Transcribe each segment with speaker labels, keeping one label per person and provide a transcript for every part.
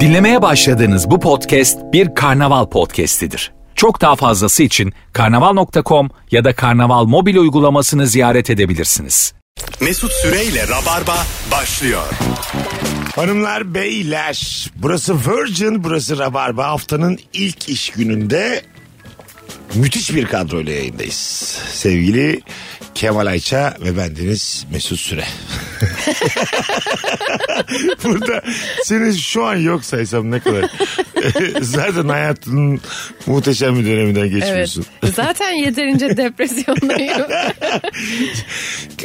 Speaker 1: Dinlemeye başladığınız bu podcast bir karnaval podcastidir. Çok daha fazlası için karnaval.com ya da karnaval mobil uygulamasını ziyaret edebilirsiniz.
Speaker 2: Mesut Süreyle Rabarba başlıyor.
Speaker 3: Hanımlar beyler burası Virgin burası Rabarba haftanın ilk iş gününde müthiş bir kadroyla yayındayız. Sevgili Kemal Ayça ve bendeniz Mesut Süre. Burada seni şu an yok saysam ne kadar. Zaten hayatının muhteşem bir döneminden
Speaker 4: Evet.
Speaker 3: geçmiyorsun.
Speaker 4: Zaten yeterince depresyondayım.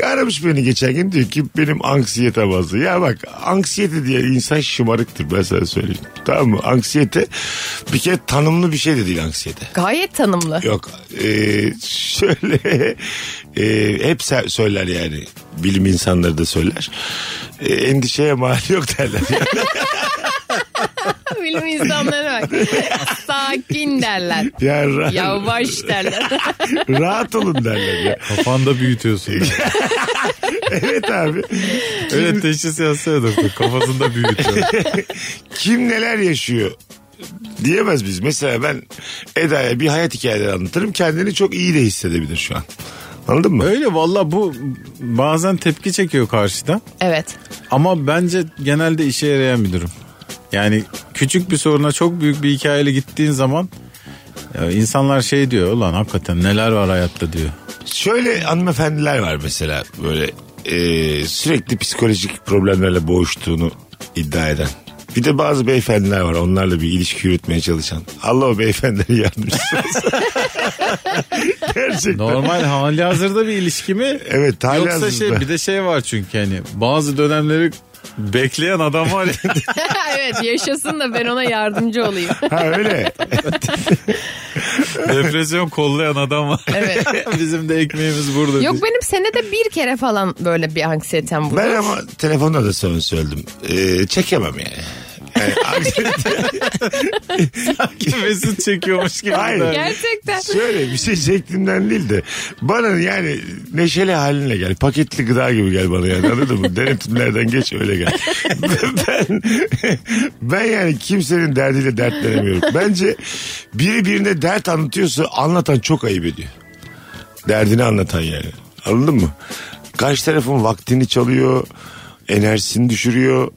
Speaker 3: Aramış beni geçen gün diyor ki benim anksiyete bazı. Ya bak anksiyete diye insan şımarıktır ben sana söyleyeyim. Tamam mı? Anksiyete bir kere tanımlı bir şey de değil anksiyete.
Speaker 4: Gayet tanımlı.
Speaker 3: Yok e, şöyle e, hep se- söyler yani bilim insanları da söyler. E, endişeye mal yok derler.
Speaker 4: Bilim insanları bak. Sakin derler.
Speaker 3: Yani ra-
Speaker 4: Yavaş derler.
Speaker 3: rahat olun derler. Ya.
Speaker 5: Kafanda büyütüyorsun.
Speaker 3: Evet abi.
Speaker 5: Öyle teşhis yazsaydın. Kafasında büyütüyor.
Speaker 3: kim neler yaşıyor diyemez biz. Mesela ben Eda'ya bir hayat hikayeleri anlatırım. Kendini çok iyi de hissedebilir şu an. Anladın mı?
Speaker 5: Öyle valla bu bazen tepki çekiyor karşıdan.
Speaker 4: evet.
Speaker 5: Ama bence genelde işe yarayan bir durum. Yani küçük bir soruna çok büyük bir hikayeyle gittiğin zaman ya insanlar şey diyor ulan hakikaten neler var hayatta diyor.
Speaker 3: Şöyle hanımefendiler var mesela böyle e, sürekli psikolojik problemlerle boğuştuğunu iddia eden. Bir de bazı beyefendiler var onlarla bir ilişki yürütmeye çalışan. Allah o beyefendileri yardımcısı olsun. Gerçekten.
Speaker 5: Normal hali hazırda bir ilişki mi?
Speaker 3: Evet, hali
Speaker 5: Yoksa
Speaker 3: hazırda.
Speaker 5: şey bir de şey var çünkü hani bazı dönemleri bekleyen adam var ya.
Speaker 4: evet yaşasın da ben ona yardımcı olayım.
Speaker 3: Ha öyle.
Speaker 5: depresyon kollayan adam var.
Speaker 4: Evet.
Speaker 5: Bizim de ekmeğimiz burada.
Speaker 4: Yok benim senede bir kere falan böyle bir anksiyetem bulur.
Speaker 3: Ben ama telefonda da sana söyledim. E, çekemem yani. Yani anksiyete-
Speaker 5: Mesut çekiyormuş gibi.
Speaker 3: Hayır.
Speaker 5: davranıyor.
Speaker 4: Gerçekten.
Speaker 3: Şöyle bir şey şeklimden değil de bana yani neşeli halinle gel. Paketli gıda gibi gel bana yani anladın mı? Denetimlerden geç öyle gel. ben, ben yani kimsenin derdiyle dertlenemiyorum. Bence biri birine dert anlatıyorsa anlatan çok ayıp ediyor. Derdini anlatan yani. Anladın mı? Karşı tarafın vaktini çalıyor. Enerjisini düşürüyor.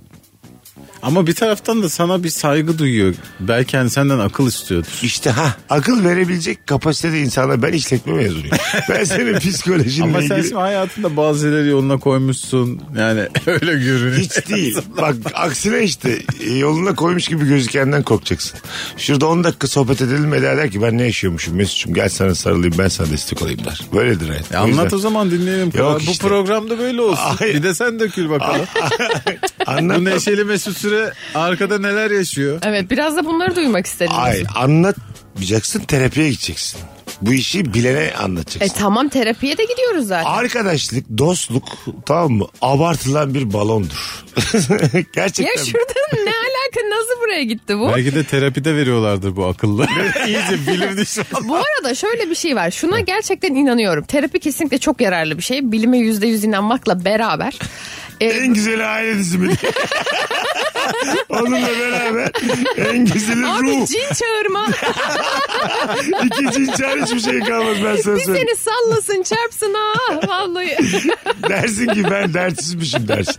Speaker 5: Ama bir taraftan da sana bir saygı duyuyor. Belki hani senden akıl istiyordur.
Speaker 3: İşte ha akıl verebilecek kapasitede insanlar ben işletme mezunuyum. Ben senin psikolojinle
Speaker 5: Ama sen
Speaker 3: ilgili-
Speaker 5: şimdi hayatında bazı şeyleri yoluna koymuşsun. Yani öyle görünüyor.
Speaker 3: Hiç değil. Bak aksine işte e, yoluna koymuş gibi gözükenden korkacaksın. Şurada 10 dakika sohbet edelim Eda der ki ben ne yaşıyormuşum Mesut'cum gel sana sarılayım ben sana destek olayım der. Böyledir hayat.
Speaker 5: E
Speaker 3: O yüzden
Speaker 5: anlat o zaman dinleyelim. Kral.
Speaker 3: işte.
Speaker 5: Bu programda böyle olsun.
Speaker 3: Hayır.
Speaker 5: Bir de sen dökül bakalım. Bu
Speaker 3: Anlat.
Speaker 5: neşeli mesut süre arkada neler yaşıyor?
Speaker 4: Evet biraz da bunları duymak istedim.
Speaker 3: Ay, anlatmayacaksın terapiye gideceksin. Bu işi bilene
Speaker 4: E
Speaker 3: anlatacaksın.
Speaker 4: tamam terapiye de gidiyoruz zaten.
Speaker 3: Arkadaşlık, dostluk tamam mı? Abartılan bir balondur. Gerçekten.
Speaker 4: Ya şuradan ne alaka nasıl buraya gitti bu?
Speaker 5: Belki de terapide veriyorlardır bu akıllı. İyice bilim düşmanı.
Speaker 4: Bu arada şöyle bir şey var. Şuna gerçekten inanıyorum. Terapi kesinlikle çok yararlı bir şey. Bilime yüzde yüz inanmakla beraber. E,
Speaker 3: En güzeli aile dizimi. Onunla beraber en güzeli
Speaker 4: abi
Speaker 3: ruh.
Speaker 4: cin çağırma.
Speaker 3: İkinci içer hiçbir şey kalmaz ben sana
Speaker 4: Bir
Speaker 3: söyleyeyim.
Speaker 4: seni sallasın çarpsın ha. Vallahi.
Speaker 3: Dersin ki ben dertsizmişim dersin.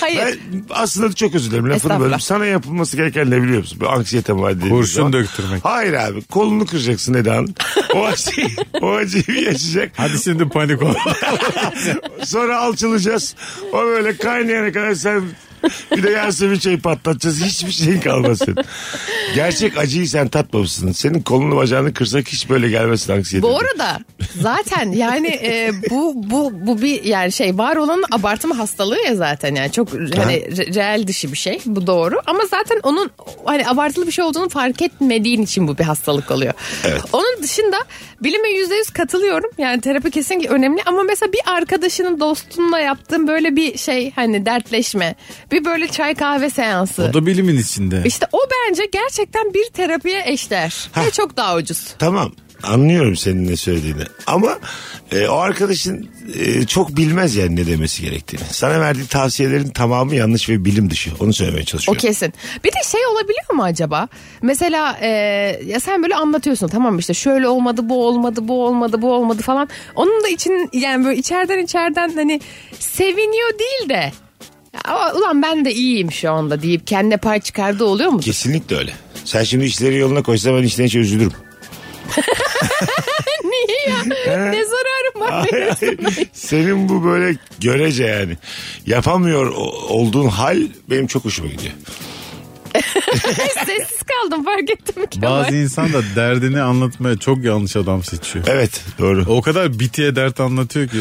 Speaker 4: Hayır.
Speaker 3: Ben aslında çok özür dilerim lafını
Speaker 4: Estağfurullah.
Speaker 3: böldüm. Sana yapılması gereken ne biliyor musun? Bir anksiyete var dediğimiz
Speaker 5: Kurşun
Speaker 3: zaman.
Speaker 5: döktürmek.
Speaker 3: Hayır abi kolunu kıracaksın Eda'nın. O acıyı, o acıyı yaşayacak.
Speaker 5: Hadi şimdi panik ol.
Speaker 3: Sonra alçılacağız. O böyle kaynayana kadar sen bir de Yasemin çayı patlatacağız. Hiçbir şeyin kalmasın. Gerçek acıyı sen tatmamışsın. Senin kolunu bacağını kırsak hiç böyle gelmesin anksiyete.
Speaker 4: Bu arada zaten yani e, bu bu bu bir yani şey var olan abartma hastalığı ya zaten yani çok hani re- reel dışı bir şey bu doğru ama zaten onun hani abartılı bir şey olduğunu fark etmediğin için bu bir hastalık oluyor. Onun dışında bilime yüzde yüz katılıyorum yani terapi kesinlikle önemli ama mesela bir arkadaşının dostunla yaptığın böyle bir şey hani dertleşme bir böyle çay kahve seansı.
Speaker 5: O da
Speaker 4: şey
Speaker 5: bilimin içinde.
Speaker 4: İşte o bence gerçekten bir terapiye eşdeğer ve çok daha ucuz.
Speaker 3: Tamam. anlıyorum senin ne söylediğini. Ama e, o arkadaşın e, çok bilmez yani ne demesi gerektiğini. Sana verdiği tavsiyelerin tamamı yanlış ve bilim dışı. Onu söylemeye
Speaker 4: O
Speaker 3: çalışıyorum.
Speaker 4: kesin. Bir de şey olabiliyor mu acaba? Mesela e, ya sen böyle anlatıyorsun tamam işte şöyle olmadı bu olmadı bu olmadı bu olmadı falan. Onun da için yani böyle içeriden içeriden hani seviniyor değil de "Ya, ulan ben de iyiyim şu anda deyip kendine pay çıkardığı oluyor mu?
Speaker 3: Kesinlikle öyle. Sen şimdi işleri yoluna koysa ben işten işe üzülürüm.
Speaker 4: Niye ya? ne zararım var benim?
Speaker 3: Senin bu böyle görece yani yapamıyor o- olduğun hal benim çok hoşuma gidiyor.
Speaker 4: Sessiz kaldım fark ettim ki.
Speaker 5: Bazı insan da derdini anlatmaya çok yanlış adam seçiyor.
Speaker 3: Evet doğru.
Speaker 5: O kadar bitiye dert anlatıyor ki.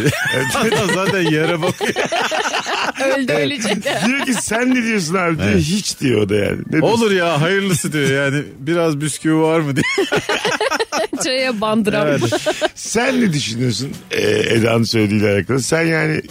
Speaker 5: Adam zaten yere bakıyor.
Speaker 4: Öldü ölecek.
Speaker 3: diyor ki sen ne diyorsun abi diyor. Hiç diyor o da yani. Ne diyorsun?
Speaker 5: Olur ya hayırlısı diyor yani. Biraz bisküvi var mı diye.
Speaker 4: Çaya bandıram.
Speaker 3: Sen ne düşünüyorsun e, Eda'nın söylediğiyle alakalı? Sen yani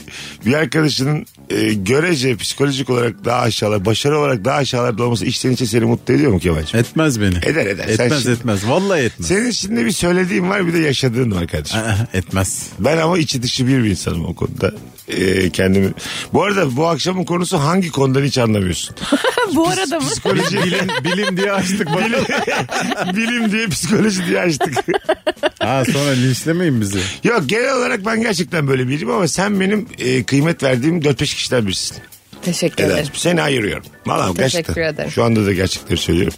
Speaker 3: bir arkadaşının e, görece psikolojik olarak daha aşağılar, başarı olarak daha aşağılarda olması içten içe seni mutlu ediyor mu Kemal'cim?
Speaker 5: Etmez beni.
Speaker 3: Eder, eder. Sen
Speaker 5: Etmez
Speaker 3: şimdi-
Speaker 5: etmez. Vallahi etmez.
Speaker 3: Senin şimdi bir söylediğin var bir de yaşadığın var kardeşim.
Speaker 5: Aa, etmez.
Speaker 3: Ben ama içi dışı bir bir insanım o konuda. E, kendimi. Bu arada bu akşamın konusu hangi konudan hiç anlamıyorsun.
Speaker 4: Bu arada mı?
Speaker 3: Psikoloji bilim,
Speaker 5: Bilim diye açtık bak.
Speaker 3: bilim, bilim diye psikoloji diye açtık.
Speaker 5: Ha sonra linçlemeyin bizi.
Speaker 3: Yok genel olarak ben gerçekten böyle biriyim ama sen benim e, kıymet verdiğim 4-5 kişiden birisin.
Speaker 4: Teşekkür
Speaker 3: Evet.
Speaker 4: ederim.
Speaker 3: Seni ayırıyorum. Valla
Speaker 4: Teşekkür
Speaker 3: gerçekten.
Speaker 4: ederim.
Speaker 3: Şu anda da gerçekleri söylüyorum.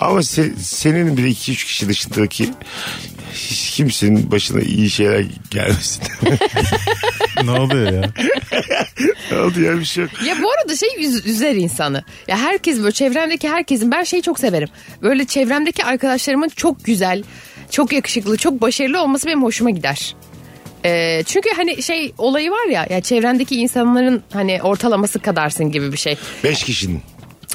Speaker 3: Ama se- senin bir iki üç kişi dışındaki hiç kimsenin başına iyi şeyler gelmesin.
Speaker 5: Ne oluyor ya?
Speaker 3: ne oldu ya bir şey yok.
Speaker 4: Ya bu arada şey üz- üzer insanı. Ya herkes böyle çevremdeki herkesin ben şeyi çok severim. Böyle çevremdeki arkadaşlarımın çok güzel, çok yakışıklı, çok başarılı olması benim hoşuma gider. Ee, çünkü hani şey olayı var ya ya çevrendeki insanların hani ortalaması kadarsın gibi bir şey.
Speaker 3: Beş kişinin.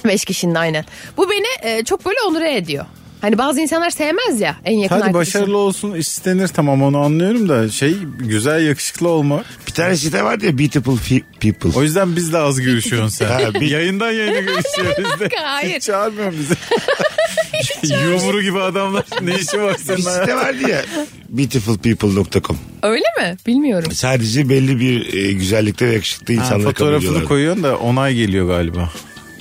Speaker 4: Beş kişinin aynen. Bu beni e, çok böyle onure ediyor. Hani bazı insanlar sevmez ya en yakın
Speaker 5: Hadi
Speaker 4: arkadaşını.
Speaker 5: başarılı olsun istenir tamam onu anlıyorum da şey güzel yakışıklı olma.
Speaker 3: Bir tane site vardı ya Beautiful Fe- People.
Speaker 5: O yüzden biz de az görüşüyorsun sen.
Speaker 3: Ha, bir-
Speaker 5: Yayından yayına görüşüyoruz de.
Speaker 4: Hayır.
Speaker 5: Hiç çağırmıyorsun bizi. Yumru gibi adamlar ne işi var
Speaker 3: bir
Speaker 5: senin hayatında?
Speaker 3: site vardı ya beautifulpeople.com
Speaker 4: Öyle mi? Bilmiyorum.
Speaker 3: Sadece belli bir e, güzellikte ve yakışıklı
Speaker 5: Ha,
Speaker 3: insanları kabul
Speaker 5: fotoğrafını
Speaker 3: ediyorlardı.
Speaker 5: koyuyorsun da onay geliyor galiba.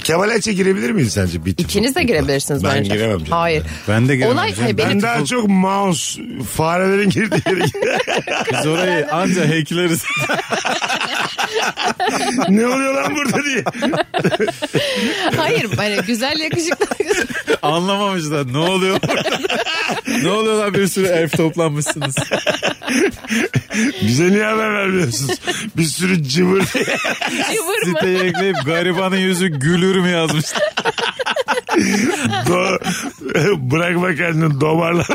Speaker 3: Kemal Ayça girebilir miyiz sence? Beautiful
Speaker 4: İkiniz de
Speaker 3: People'a?
Speaker 4: girebilirsiniz
Speaker 3: ben
Speaker 4: bence.
Speaker 3: giremem canım.
Speaker 4: Hayır.
Speaker 5: Ben de giremem
Speaker 4: Olay,
Speaker 5: canım.
Speaker 4: hayır,
Speaker 3: Ben
Speaker 4: benim
Speaker 3: daha çok mouse farelerin girdiği yere
Speaker 5: Biz orayı anca hackleriz.
Speaker 3: ne oluyor lan burada diye.
Speaker 4: Hayır hani güzel yakışıklı
Speaker 5: Anlamamışlar. Ne oluyor burada? ne oluyor lan bir sürü elf toplanmışsınız.
Speaker 3: Bize niye haber vermiyorsunuz? Bir sürü cıvır.
Speaker 4: Cıvır mı?
Speaker 5: Siteye ekleyip garibanın yüzü gülür mü yazmışlar.
Speaker 3: Do- Bırakma kendini domarlan.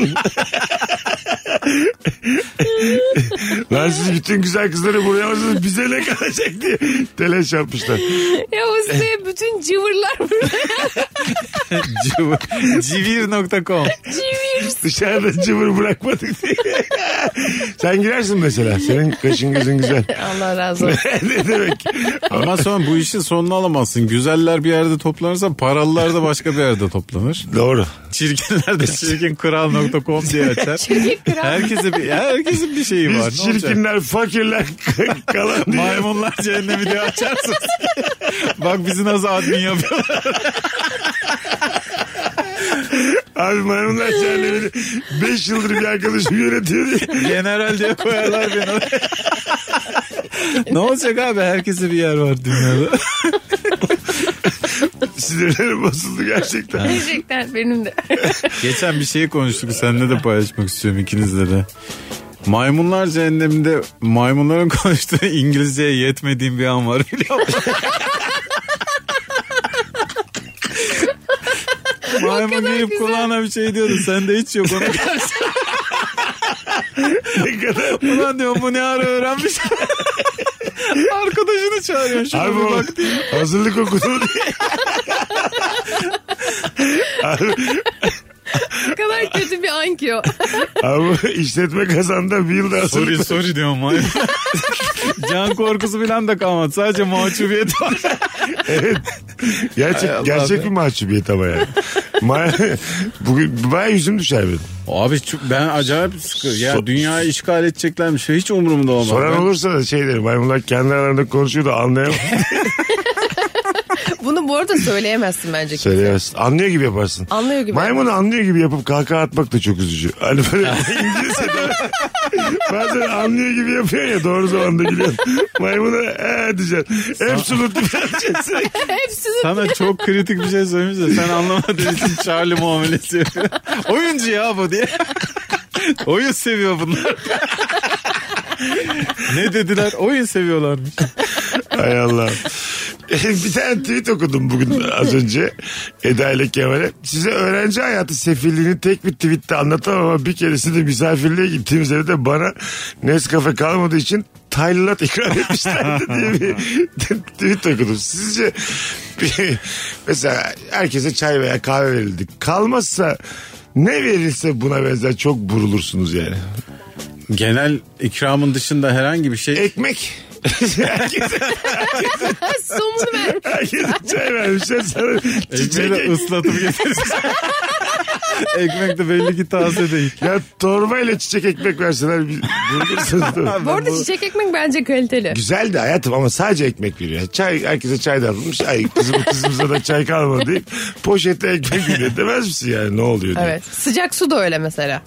Speaker 3: lan siz bütün güzel kızları buraya alıyorsunuz. Bize ne kalacak diye telaş yapmışlar.
Speaker 4: Ya o size bütün cıvırlar burada
Speaker 5: Cıvı- Civir.com
Speaker 4: cıvır.
Speaker 3: Dışarıda cıvır bırakmadık diye. Sen girersin mesela. Senin kaşın gözün güzel.
Speaker 4: Allah razı olsun.
Speaker 3: ne demek?
Speaker 5: Ama sonra bu işin sonunu alamazsın. Güzeller bir yerde toplanırsa paralılar da başka bir yerde toplanır.
Speaker 3: Doğru.
Speaker 5: Çirkinler de çirkinkral.com diye açar.
Speaker 4: Çirkin kral.
Speaker 5: Herkese bir, herkesin bir şeyi var.
Speaker 3: Biz
Speaker 5: Ne olacak?
Speaker 3: çirkinler, fakirler kalan diye.
Speaker 5: Maymunlar cehennemi diye açarsın. Bak bizi nasıl admin yapıyor.
Speaker 3: Abi maymunlar cehennemini 5 yıldır bir arkadaşım yönetiyor diye.
Speaker 5: General diye koyarlar beni. oraya. ne olacak abi? Herkese bir yer var dünyada.
Speaker 3: Sinirlerim bozuldu gerçekten.
Speaker 4: Gerçekten benim de.
Speaker 5: Geçen bir şeyi konuştuk. Seninle de paylaşmak istiyorum ikinizle de. Maymunlar cehenneminde maymunların konuştuğu İngilizceye yetmediğim bir an var biliyor musun? Maymun gelip kulağına bir şey diyordu. Sende hiç yok ona karşı.
Speaker 3: ne kadar...
Speaker 5: Ulan diyorum bu ne ara öğrenmiş. Arkadaşını çağırıyor. Şuna
Speaker 3: Abi
Speaker 5: bir
Speaker 3: o-
Speaker 5: bak
Speaker 3: hazırlık okulu diye.
Speaker 4: Ne kadar kötü bir an ki o.
Speaker 3: Ama işletme kazandı bir yıl daha
Speaker 5: Sorry
Speaker 3: hazırlık.
Speaker 5: sorry diyorum maymun. Can korkusu falan da kalmadı. Sadece mahcubiyet var.
Speaker 3: Gerçek,
Speaker 5: Hay Allah
Speaker 3: gerçek
Speaker 5: be.
Speaker 3: bir mahcubiyet ama yani. Ma- Bugün baya yüzüm düşer benim.
Speaker 5: Abi çu- ben acayip sıkı. Ya
Speaker 3: So-
Speaker 5: dünyayı işgal edeceklermiş. Hiç umurumda olmaz.
Speaker 3: Soran
Speaker 5: Ben-
Speaker 3: olursa da şey derim. Maymunlar kendi aralarında konuşuyor da anlayamaz.
Speaker 4: Bunu bu arada söyleyemezsin bence. kimse.
Speaker 3: Söyleyemezsin. Anlıyor gibi yaparsın.
Speaker 4: Anlıyor gibi.
Speaker 3: Maymunu anlıyor gibi yapıp kahkaha atmak da çok üzücü. Hani böyle İngilizce'de bazen anlıyor gibi yapıyor ya doğru zamanda gülüyorsun. Maymuna ee diyeceksin. Hepsi unuttu vereceksin.
Speaker 5: Sana çok kritik bir şey söylemiş de sen anlamadığın için Charlie muamelesi yapıyor. Oyuncu ya bu diye. Oyun seviyor bunlar. ne dediler? Oyun seviyorlarmış.
Speaker 3: Hay Allah. bir tane tweet okudum bugün az önce Eda ile Kemal'e. Size öğrenci hayatı sefilliğini tek bir tweette anlatamam ama bir keresinde misafirliğe gittiğimiz evde bana Nescafe kalmadığı için Taylılat ikram etmişlerdi diye bir tweet okudum. Sizce bir- mesela herkese çay veya kahve verildi. Kalmazsa ne verilse buna benzer çok burulursunuz yani.
Speaker 5: Genel ikramın dışında herhangi bir şey.
Speaker 3: Ekmek. herkese,
Speaker 4: Somunu ver.
Speaker 3: herkese çay vermişler sana çiçek
Speaker 5: Ekmeği de ıslatıp getirmiş. Ekmek de belli ki taze değil.
Speaker 3: Ya torbayla çiçek ekmek verseler bir- bulursunuz da.
Speaker 4: Bu arada çiçek ekmek bence kaliteli.
Speaker 3: Güzel de hayatım ama sadece ekmek veriyor. Çay, herkese çay dağıtılmış. Ay kızım kızımıza da çay kalmadı deyip poşetle ekmek veriyor. Demez misin yani ne oluyor diye.
Speaker 4: Evet. Sıcak su da öyle mesela.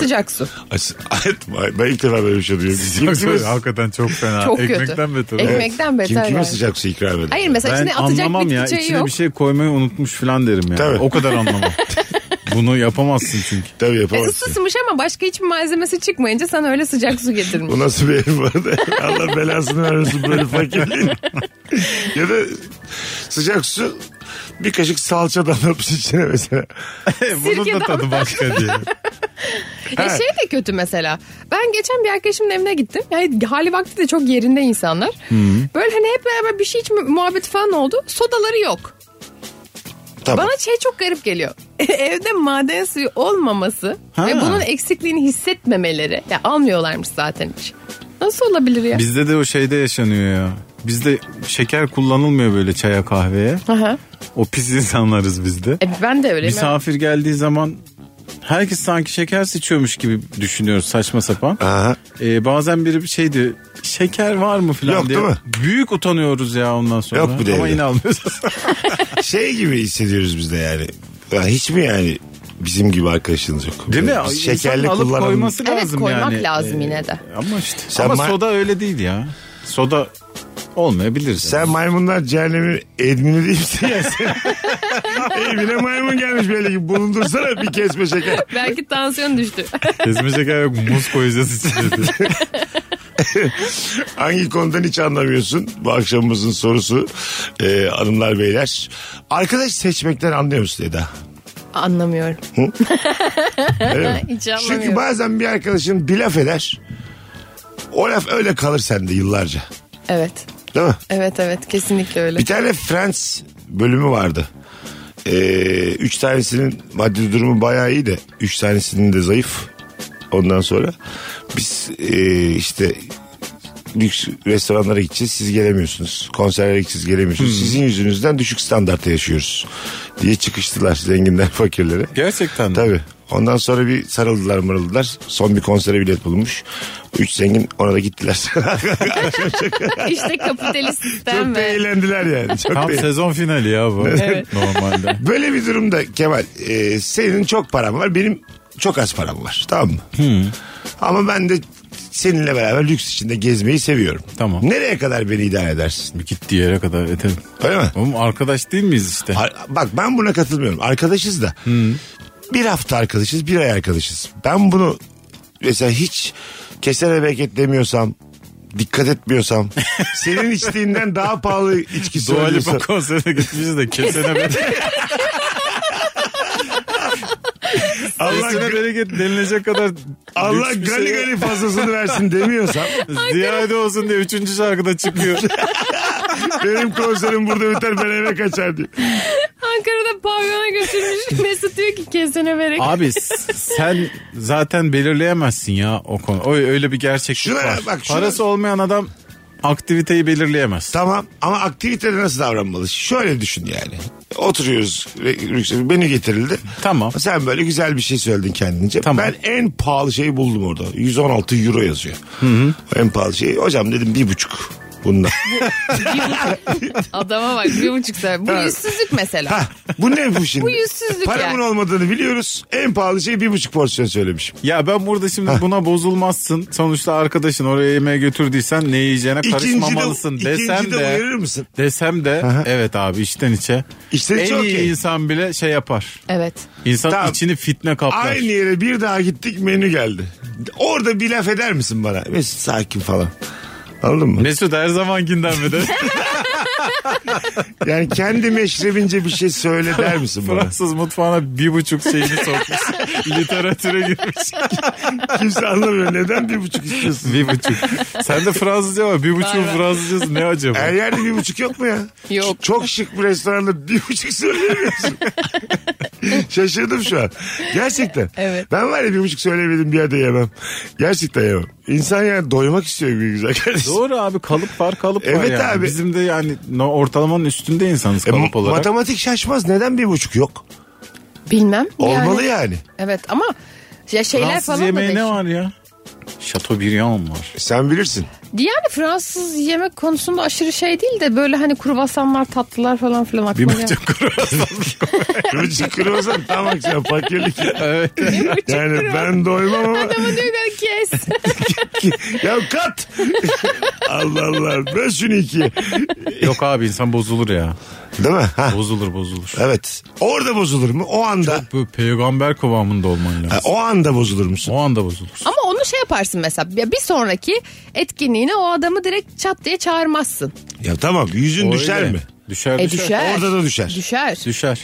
Speaker 4: Sıcak su.
Speaker 3: Ay, s- hayatım, ay, ben ilk defa böyle bir şey duyuyorum. Kim kime,
Speaker 5: Hakikaten çok fena.
Speaker 4: Çok kötü.
Speaker 5: Ekmekten beter. o.
Speaker 4: Ekmekten beter.
Speaker 3: kim kime
Speaker 4: yani.
Speaker 3: sıcak su ikram ediyor?
Speaker 4: Hayır mesela
Speaker 5: Ben
Speaker 4: içine atacak
Speaker 5: anlamam
Speaker 4: bitki
Speaker 5: ya.
Speaker 4: çayı
Speaker 5: İçine
Speaker 4: yok.
Speaker 5: bir şey koymayı unutmuş falan derim ya.
Speaker 3: Tabii.
Speaker 5: O kadar anlamam. Bunu yapamazsın çünkü.
Speaker 3: Tabii
Speaker 4: E,
Speaker 3: yapamazsın.
Speaker 4: ısısmış ama başka hiçbir malzemesi çıkmayınca sana öyle sıcak su getirmiş.
Speaker 3: Bu nasıl bir ev var da Allah belasını vermesin böyle fakirliğin. ya da sıcak su bir kaşık salça damlatmış içine mesela.
Speaker 5: Bunun da
Speaker 4: Sirkeden
Speaker 5: tadı başka diye.
Speaker 4: Ya şey de kötü mesela. Ben geçen bir arkadaşımın evine gittim. Yani hali vakti de çok yerinde insanlar. Böyle hani hep beraber bir şey içme muhabbeti falan oldu. Sodaları yok.
Speaker 3: Tamam.
Speaker 4: Bana şey çok garip geliyor. Evde maden suyu olmaması
Speaker 5: Ha.
Speaker 4: ve bunun eksikliğini hissetmemeleri. Ya almıyorlarmış zaten hiç. Nasıl olabilir ya?
Speaker 5: Bizde de o şeyde yaşanıyor ya. Bizde şeker kullanılmıyor böyle çaya kahveye.
Speaker 4: Aha.
Speaker 5: O pis insanlarız bizde.
Speaker 4: E ben de öyleyim.
Speaker 5: Misafir geldiği zaman herkes sanki şeker sıçıyormuş gibi düşünüyoruz saçma sapan.
Speaker 3: Aha.
Speaker 5: Ee, bazen biri bir şey diyor. Şeker var mı falan
Speaker 3: Yok,
Speaker 5: diye.
Speaker 3: değil mi?
Speaker 5: Büyük utanıyoruz ya ondan sonra.
Speaker 3: Yok bu
Speaker 5: Ama
Speaker 3: devirde.
Speaker 5: yine almıyoruz.
Speaker 3: şey gibi hissediyoruz biz de yani. Ya hiç mi yani bizim gibi arkadaşınız yok?
Speaker 5: Değil mi?
Speaker 3: Biz Şekerli
Speaker 5: İnsanın alıp
Speaker 3: kullanan.
Speaker 5: koyması
Speaker 4: Evet,
Speaker 5: lazım
Speaker 4: koymak
Speaker 5: yani. Ee,
Speaker 4: lazım yine de.
Speaker 5: Ama işte.
Speaker 3: Sen
Speaker 5: ama
Speaker 3: ma-
Speaker 5: soda öyle değil ya. Soda olmayabilir.
Speaker 3: Sen maymunlar cehennemin edmini değil misin ya sen? Evine maymun gelmiş böyle gibi bulundursana bir kesme şeker.
Speaker 4: Belki tansiyon düştü.
Speaker 5: Kesme şeker yok muz koyacağız içine.
Speaker 3: Hangi konudan hiç anlamıyorsun? Bu akşamımızın sorusu ee, hanımlar beyler. Arkadaş seçmekten anlıyor musun Eda?
Speaker 4: Anlamıyorum.
Speaker 3: Öyle mi?
Speaker 4: Hiç anlamıyorum.
Speaker 3: Çünkü bazen bir arkadaşın bir laf eder. O laf öyle kalır sende yıllarca.
Speaker 4: Evet.
Speaker 3: Değil mi?
Speaker 4: Evet evet kesinlikle öyle.
Speaker 3: Bir tane Friends bölümü vardı. Ee, üç tanesinin maddi durumu bayağı iyi de üç tanesinin de zayıf. Ondan sonra biz ee, işte lüks restoranlara gideceğiz siz gelemiyorsunuz. Konserlere gideceğiz
Speaker 5: Hmm.
Speaker 3: gelemiyorsunuz. Sizin yüzünüzden düşük standartta yaşıyoruz diye çıkıştılar zenginler fakirlere.
Speaker 5: Gerçekten mi?
Speaker 3: Tabii. Ondan sonra bir sarıldılar mırıldılar. Son bir konsere bilet bulunmuş. Üç zengin ona da gittiler.
Speaker 4: İşte kapitalist
Speaker 3: Çok
Speaker 4: sistem
Speaker 3: da
Speaker 4: ve
Speaker 3: eğlendiler yani. Çok da
Speaker 5: Tam sezon finali ya bu. Normalde.
Speaker 3: Böyle bir durumda Kemal e, senin çok paran var benim çok az param var tamam mı?
Speaker 5: Hmm.
Speaker 3: Ama ben de seninle beraber lüks içinde gezmeyi seviyorum.
Speaker 5: Tamam.
Speaker 3: Nereye kadar beni idare edersin?
Speaker 5: Bir Gittiği yere kadar etelim.
Speaker 3: Öyle mi?
Speaker 5: Oğlum arkadaş değil miyiz işte?
Speaker 3: Ar- Bak ben buna katılmıyorum. Arkadaşız da.
Speaker 5: Hmm.
Speaker 3: Bir hafta arkadaşız, bir ay arkadaşız. Ben bunu mesela hiç kesene bereket demiyorsam, dikkat etmiyorsam, senin içtiğinden daha pahalı içki
Speaker 5: Dua Lipa
Speaker 3: söylüyorsam.
Speaker 5: konserine gitmişiz de kesene be-
Speaker 3: Allah,
Speaker 5: kesene bereket denilecek kadar
Speaker 3: Allah
Speaker 5: lüks bir
Speaker 3: gani
Speaker 5: şey yok.
Speaker 3: gani fazlasını versin demiyorsam.
Speaker 5: Ziyade olsun diye üçüncü şarkıda çıkıyor.
Speaker 3: Benim konserim burada biter ben eve kaçar diyor.
Speaker 4: Ankara'da pavyona götürmüş. Mesut diyor ki kesene vererek.
Speaker 5: Abi s- sen zaten belirleyemezsin ya o konu. O öyle bir gerçeklik
Speaker 3: Şuna
Speaker 5: var.
Speaker 3: bak, şuna-
Speaker 5: Parası olmayan adam aktiviteyi belirleyemez.
Speaker 3: Tamam ama aktivitede nasıl davranmalı? Şöyle düşün yani. Oturuyoruz. Beni getirildi.
Speaker 5: Tamam.
Speaker 3: Sen böyle güzel bir şey söyledin kendince.
Speaker 5: Tamam.
Speaker 3: Ben en pahalı şeyi buldum orada. 116 euro yazıyor. En pahalı şeyi. Hocam dedim bir buçuk bunda.
Speaker 4: Adama bak bir buçuk saat. Bu yüzsüzlük mesela.
Speaker 3: ha, bu ne bu şimdi?
Speaker 4: Bu yüzsüzlük
Speaker 3: Paramın
Speaker 4: yani.
Speaker 3: olmadığını biliyoruz. En pahalı şey bir buçuk porsiyon söylemişim.
Speaker 5: Ya ben burada şimdi buna bozulmazsın. Sonuçta arkadaşın oraya yemeğe götürdüysen ne yiyeceğine
Speaker 3: İkinci de,
Speaker 5: karışmamalısın
Speaker 3: ikinci
Speaker 5: desem
Speaker 3: de
Speaker 5: de.
Speaker 3: uyarır mısın?
Speaker 5: Desem de
Speaker 3: Aha.
Speaker 5: evet abi içten içe.
Speaker 3: İçten içe
Speaker 5: en iyi
Speaker 3: okey.
Speaker 5: insan bile şey yapar.
Speaker 4: Evet.
Speaker 5: İnsan
Speaker 3: Tamam.
Speaker 5: içini fitne kaplar.
Speaker 3: Aynı yere bir daha gittik menü geldi. Orada bir laf eder misin bana? Mesut sakin falan. Anladın mı?
Speaker 5: Mesut her zamankinden mi de?
Speaker 3: Yani kendi meşrebince bir şey söyle der misin bana?
Speaker 5: Fransız mutfağına bir buçuk şeyini sokmuş. Literatüre girmiş.
Speaker 3: Kimse anlamıyor. Neden bir buçuk istiyorsun?
Speaker 5: bir buçuk. Sen de Fransızca var. Bir buçuk Fransızcası ne acaba?
Speaker 3: Her yerde bir buçuk yok mu ya?
Speaker 4: Yok.
Speaker 3: Çok şık bir restoranda bir buçuk söyleyemiyorsun. Şaşırdım şu an. Gerçekten.
Speaker 4: Evet.
Speaker 3: Ben var ya bir buçuk söylemedim bir yerde yemem. Gerçekten yemem. İnsan yani doymak istiyor bir güzel kardeşim.
Speaker 5: Doğru abi kalıp var kalıp var
Speaker 3: Evet
Speaker 5: yani.
Speaker 3: abi.
Speaker 5: Bizim de yani no, ortalamanın üstünde insanız
Speaker 3: E,
Speaker 5: kalıp olarak.
Speaker 3: matematik şaşmaz. Neden bir buçuk yok?
Speaker 4: Bilmem.
Speaker 3: Olmalı yani.
Speaker 4: Evet ama ya şeyler
Speaker 5: Fransız
Speaker 4: falan da
Speaker 5: yemeği ne
Speaker 4: değişiyor.
Speaker 5: var ya? Chateaubriand var.
Speaker 3: E, Sen bilirsin.
Speaker 4: Yani Fransız yemek konusunda aşırı şey değil de böyle hani kruvasanlar tatlılar falan filan aklıma geldi.
Speaker 3: Kıvırcık kırıyorsan tam akşam fakirlik.
Speaker 5: Evet.
Speaker 3: Yani ben doymam ama
Speaker 4: Adamı diyor ki kes.
Speaker 3: ya kat. Allah Allah. Ben şunu ikiye.
Speaker 5: Yok abi insan bozulur ya.
Speaker 3: Değil mi? Ha.
Speaker 5: Bozulur bozulur.
Speaker 3: Evet. Orada bozulur mu? O anda.
Speaker 5: Bu peygamber kıvamında olman
Speaker 3: Ha,
Speaker 5: lazım.
Speaker 3: O anda bozulur musun?
Speaker 5: O anda bozulur.
Speaker 4: Ama onu şey yaparsın mesela ya bir sonraki etkinliğine o adamı direkt çat diye çağırmazsın.
Speaker 3: Ya tamam. Yüzün
Speaker 5: O
Speaker 3: düşer
Speaker 5: öyle.
Speaker 3: mi?
Speaker 5: Düşer
Speaker 4: E
Speaker 5: düşer.
Speaker 4: düşer.
Speaker 3: Orada da düşer.
Speaker 4: Düşer.
Speaker 5: Düşer.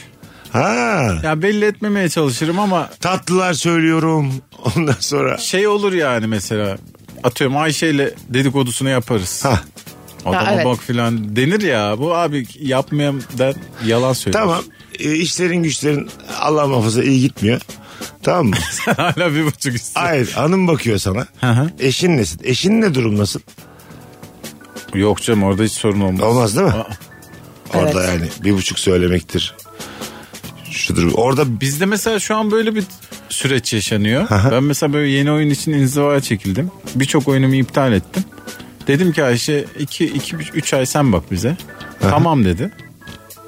Speaker 3: Ha.
Speaker 5: Ya belli etmemeye çalışırım ama
Speaker 3: Tatlılar söylüyorum. Ondan sonra.
Speaker 5: şey olur yani mesela atıyorum Ayşe ile dedikodusunu yaparız.
Speaker 3: Ha.
Speaker 5: Adama
Speaker 4: Ha, evet.
Speaker 5: bak filan denir ya. Bu abi yapmayan der yalan söylüyor.
Speaker 3: Tamam. E, işlerin güçlerin Allah muhafaza iyi gitmiyor. Tamam mı?
Speaker 5: Hala bir buçuk istiyor.
Speaker 3: Hayır. Hanım bakıyor sana.
Speaker 5: Hı hı.
Speaker 3: Eşin nesin? Eşin ne durum nasıl?
Speaker 5: Yok canım orada hiç sorun olmaz.
Speaker 3: Olmaz değil mi?
Speaker 5: Aa,
Speaker 3: Orada
Speaker 4: Evet.
Speaker 3: yani bir buçuk söylemektir. Şudur. Orada bir
Speaker 5: Bizde mesela şu an böyle bir süreç yaşanıyor. ben mesela böyle yeni oyun için inzivaya çekildim. Birçok oyunumu iptal ettim. Dedim ki Ayşe 2 iki, 3 ay sen bak bize. tamam dedi.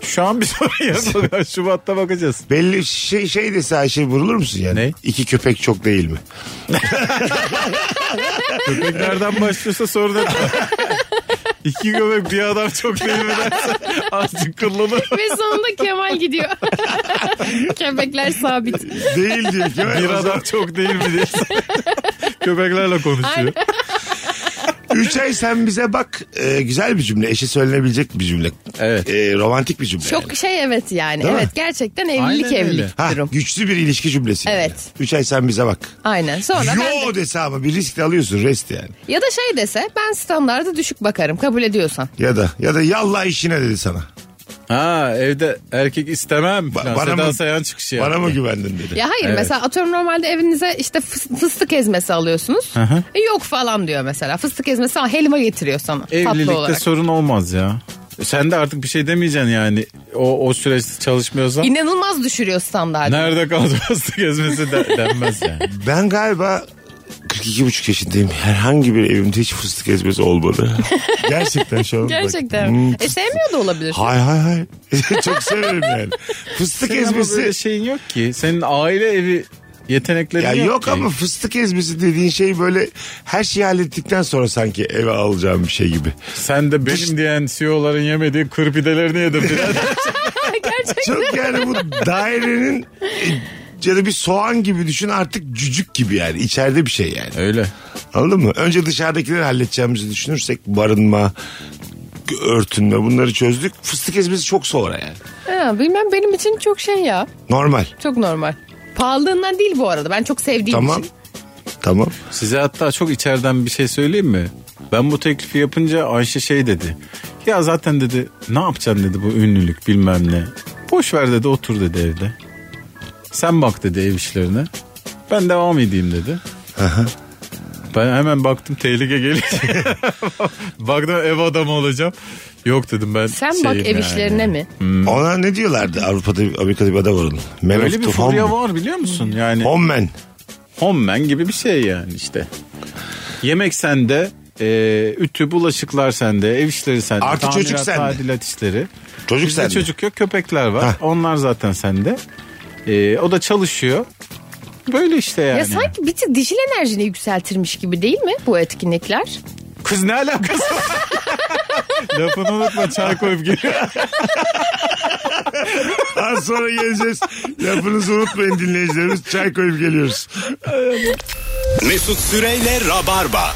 Speaker 5: Şu an bir soruya Şubat'ta bakacağız.
Speaker 3: belli şey, şey dese Ayşe vurulur musun yani?
Speaker 5: Ne?
Speaker 3: İki köpek çok değil mi?
Speaker 5: Nereden başlıyorsa sorun etme. İki göbek bir adam çok değil mi derse azıcık kullanır.
Speaker 4: Ve sonunda Kemal gidiyor. Köpekler sabit.
Speaker 3: değil diyor ki.
Speaker 5: Bir
Speaker 3: O zaman
Speaker 5: adam çok değil mi diye. Köpeklerle konuşuyor.
Speaker 3: Üç ay sen bize bak. Ee, güzel bir cümle. Eşi söylenebilecek bir cümle.
Speaker 5: Evet.
Speaker 3: Ee, romantik bir cümle. yani.
Speaker 4: Çok şey evet yani.
Speaker 3: Değil mi?
Speaker 4: evet gerçekten evlilik
Speaker 5: Aynen öyle.
Speaker 4: evlilik
Speaker 3: Ha,
Speaker 4: durum.
Speaker 3: güçlü bir ilişki cümlesi. yani.
Speaker 4: Evet.
Speaker 3: Üç ay sen bize bak.
Speaker 4: Aynen. Sonra ben de-
Speaker 3: Yo dese ama bir risk de alıyorsun rest yani.
Speaker 4: ya da şey dese ben standarda düşük bakarım kabul ediyorsan.
Speaker 3: Ya da ya da yallah işine dedi sana.
Speaker 5: Ha evde erkek istemem.
Speaker 3: Ba-
Speaker 5: Ba-
Speaker 3: bana
Speaker 5: Seda
Speaker 3: mı-
Speaker 5: Sayan çıkışı
Speaker 3: Bana
Speaker 5: Şey yaptı.
Speaker 3: mı güvendin dedi.
Speaker 4: Ya hayır
Speaker 5: Evet.
Speaker 4: mesela atıyorum normalde evinize işte fıs- fıstık ezmesi alıyorsunuz.
Speaker 5: hı.
Speaker 4: E, yok falan diyor mesela. Fıstık ezmesi al, helva getiriyor sana tatlı
Speaker 5: Evlilikte
Speaker 4: olarak.
Speaker 5: sorun olmaz ya. E Sen de artık bir şey demeyeceksin yani. O, o süreçte çalışmıyorsan.
Speaker 4: İnanılmaz düşürüyor standartı.
Speaker 5: Nerede kaldı hasta gezmesi de- denmez yani.
Speaker 3: Ben galiba 42,5 yaşındayım. Herhangi bir evimde hiç fıstık ezmesi olmadı. Gerçekten şu an. bak.
Speaker 4: Gerçekten.
Speaker 3: Hmm,
Speaker 4: E sevmiyor da olabilir.
Speaker 3: Hay hay hay. Çok severim yani. Fıstık
Speaker 5: Senin ama böyle şey
Speaker 3: ezmesi.
Speaker 5: şeyin yok ki. Senin aile evi yeteneklerin
Speaker 3: Ya
Speaker 5: yok,
Speaker 3: yok
Speaker 5: ki.
Speaker 3: ama fıstık ezmesi dediğin şey böyle her şeyi hallettikten sonra sanki eve alacağım bir şey gibi.
Speaker 5: Sen de benim diyen CEO'ların yemediği kır pidelerini yedim. filan.
Speaker 3: Çok yani bu dairenin e, ya da bir soğan gibi düşün artık cücük gibi yani içeride bir şey yani.
Speaker 5: Öyle.
Speaker 3: Anladın mı? Önce dışarıdakileri halledeceğimizi düşünürsek barınma, örtünme bunları çözdük. Fıstık ezmesi çok sonra yani.
Speaker 4: Ha, bilmem benim için çok şey ya.
Speaker 3: Normal.
Speaker 4: Çok normal. Pahalılığından değil bu arada. Ben çok sevdiğim
Speaker 3: Tamam.
Speaker 4: için.
Speaker 3: Tamam.
Speaker 5: Size hatta çok içeriden bir şey söyleyeyim mi? Ben bu teklifi yapınca Ayşe şey dedi. Ya zaten dedi ne yapacaksın dedi bu ünlülük bilmem ne. Boş ver dedi otur dedi evde. Sen bak dedi ev işlerine. Ben devam edeyim dedi. Ben hemen baktım tehlike gelecek. Baktım ev adamı olacağım. Yok dedim ben
Speaker 4: Sen bak ev
Speaker 5: şeyim yani.
Speaker 4: işlerine mi?
Speaker 3: Ona ne diyorlardı Avrupa'da Amerika'da bir adam var onun. Man
Speaker 5: Hmm. Öyle
Speaker 3: of
Speaker 5: bir
Speaker 3: the home.
Speaker 5: furya var biliyor musun? Yani
Speaker 3: Home man.
Speaker 5: Homeman gibi bir şey yani işte. Yemek sende, e, ütü, bulaşıklar sende, ev işleri sende.
Speaker 3: Artı
Speaker 5: tamirat,
Speaker 3: çocuk sende.
Speaker 5: Tadilat işleri.
Speaker 3: Çocuk
Speaker 5: Bizde
Speaker 3: sende.
Speaker 5: çocuk yok, köpekler var.
Speaker 3: Hah.
Speaker 5: Onlar zaten sende. E, o da çalışıyor. Böyle işte yani.
Speaker 4: Ya sanki bir tık dişil enerjini yükseltirmiş gibi değil mi bu etkinlikler?
Speaker 5: Kız ne alakası var? Lafını unutma çay koyup geliyor.
Speaker 3: Az sonra geleceğiz. Lafınızı unutmayın dinleyicilerimiz. Çay koyup geliyoruz.
Speaker 2: Mesut Süreyle Rabarba.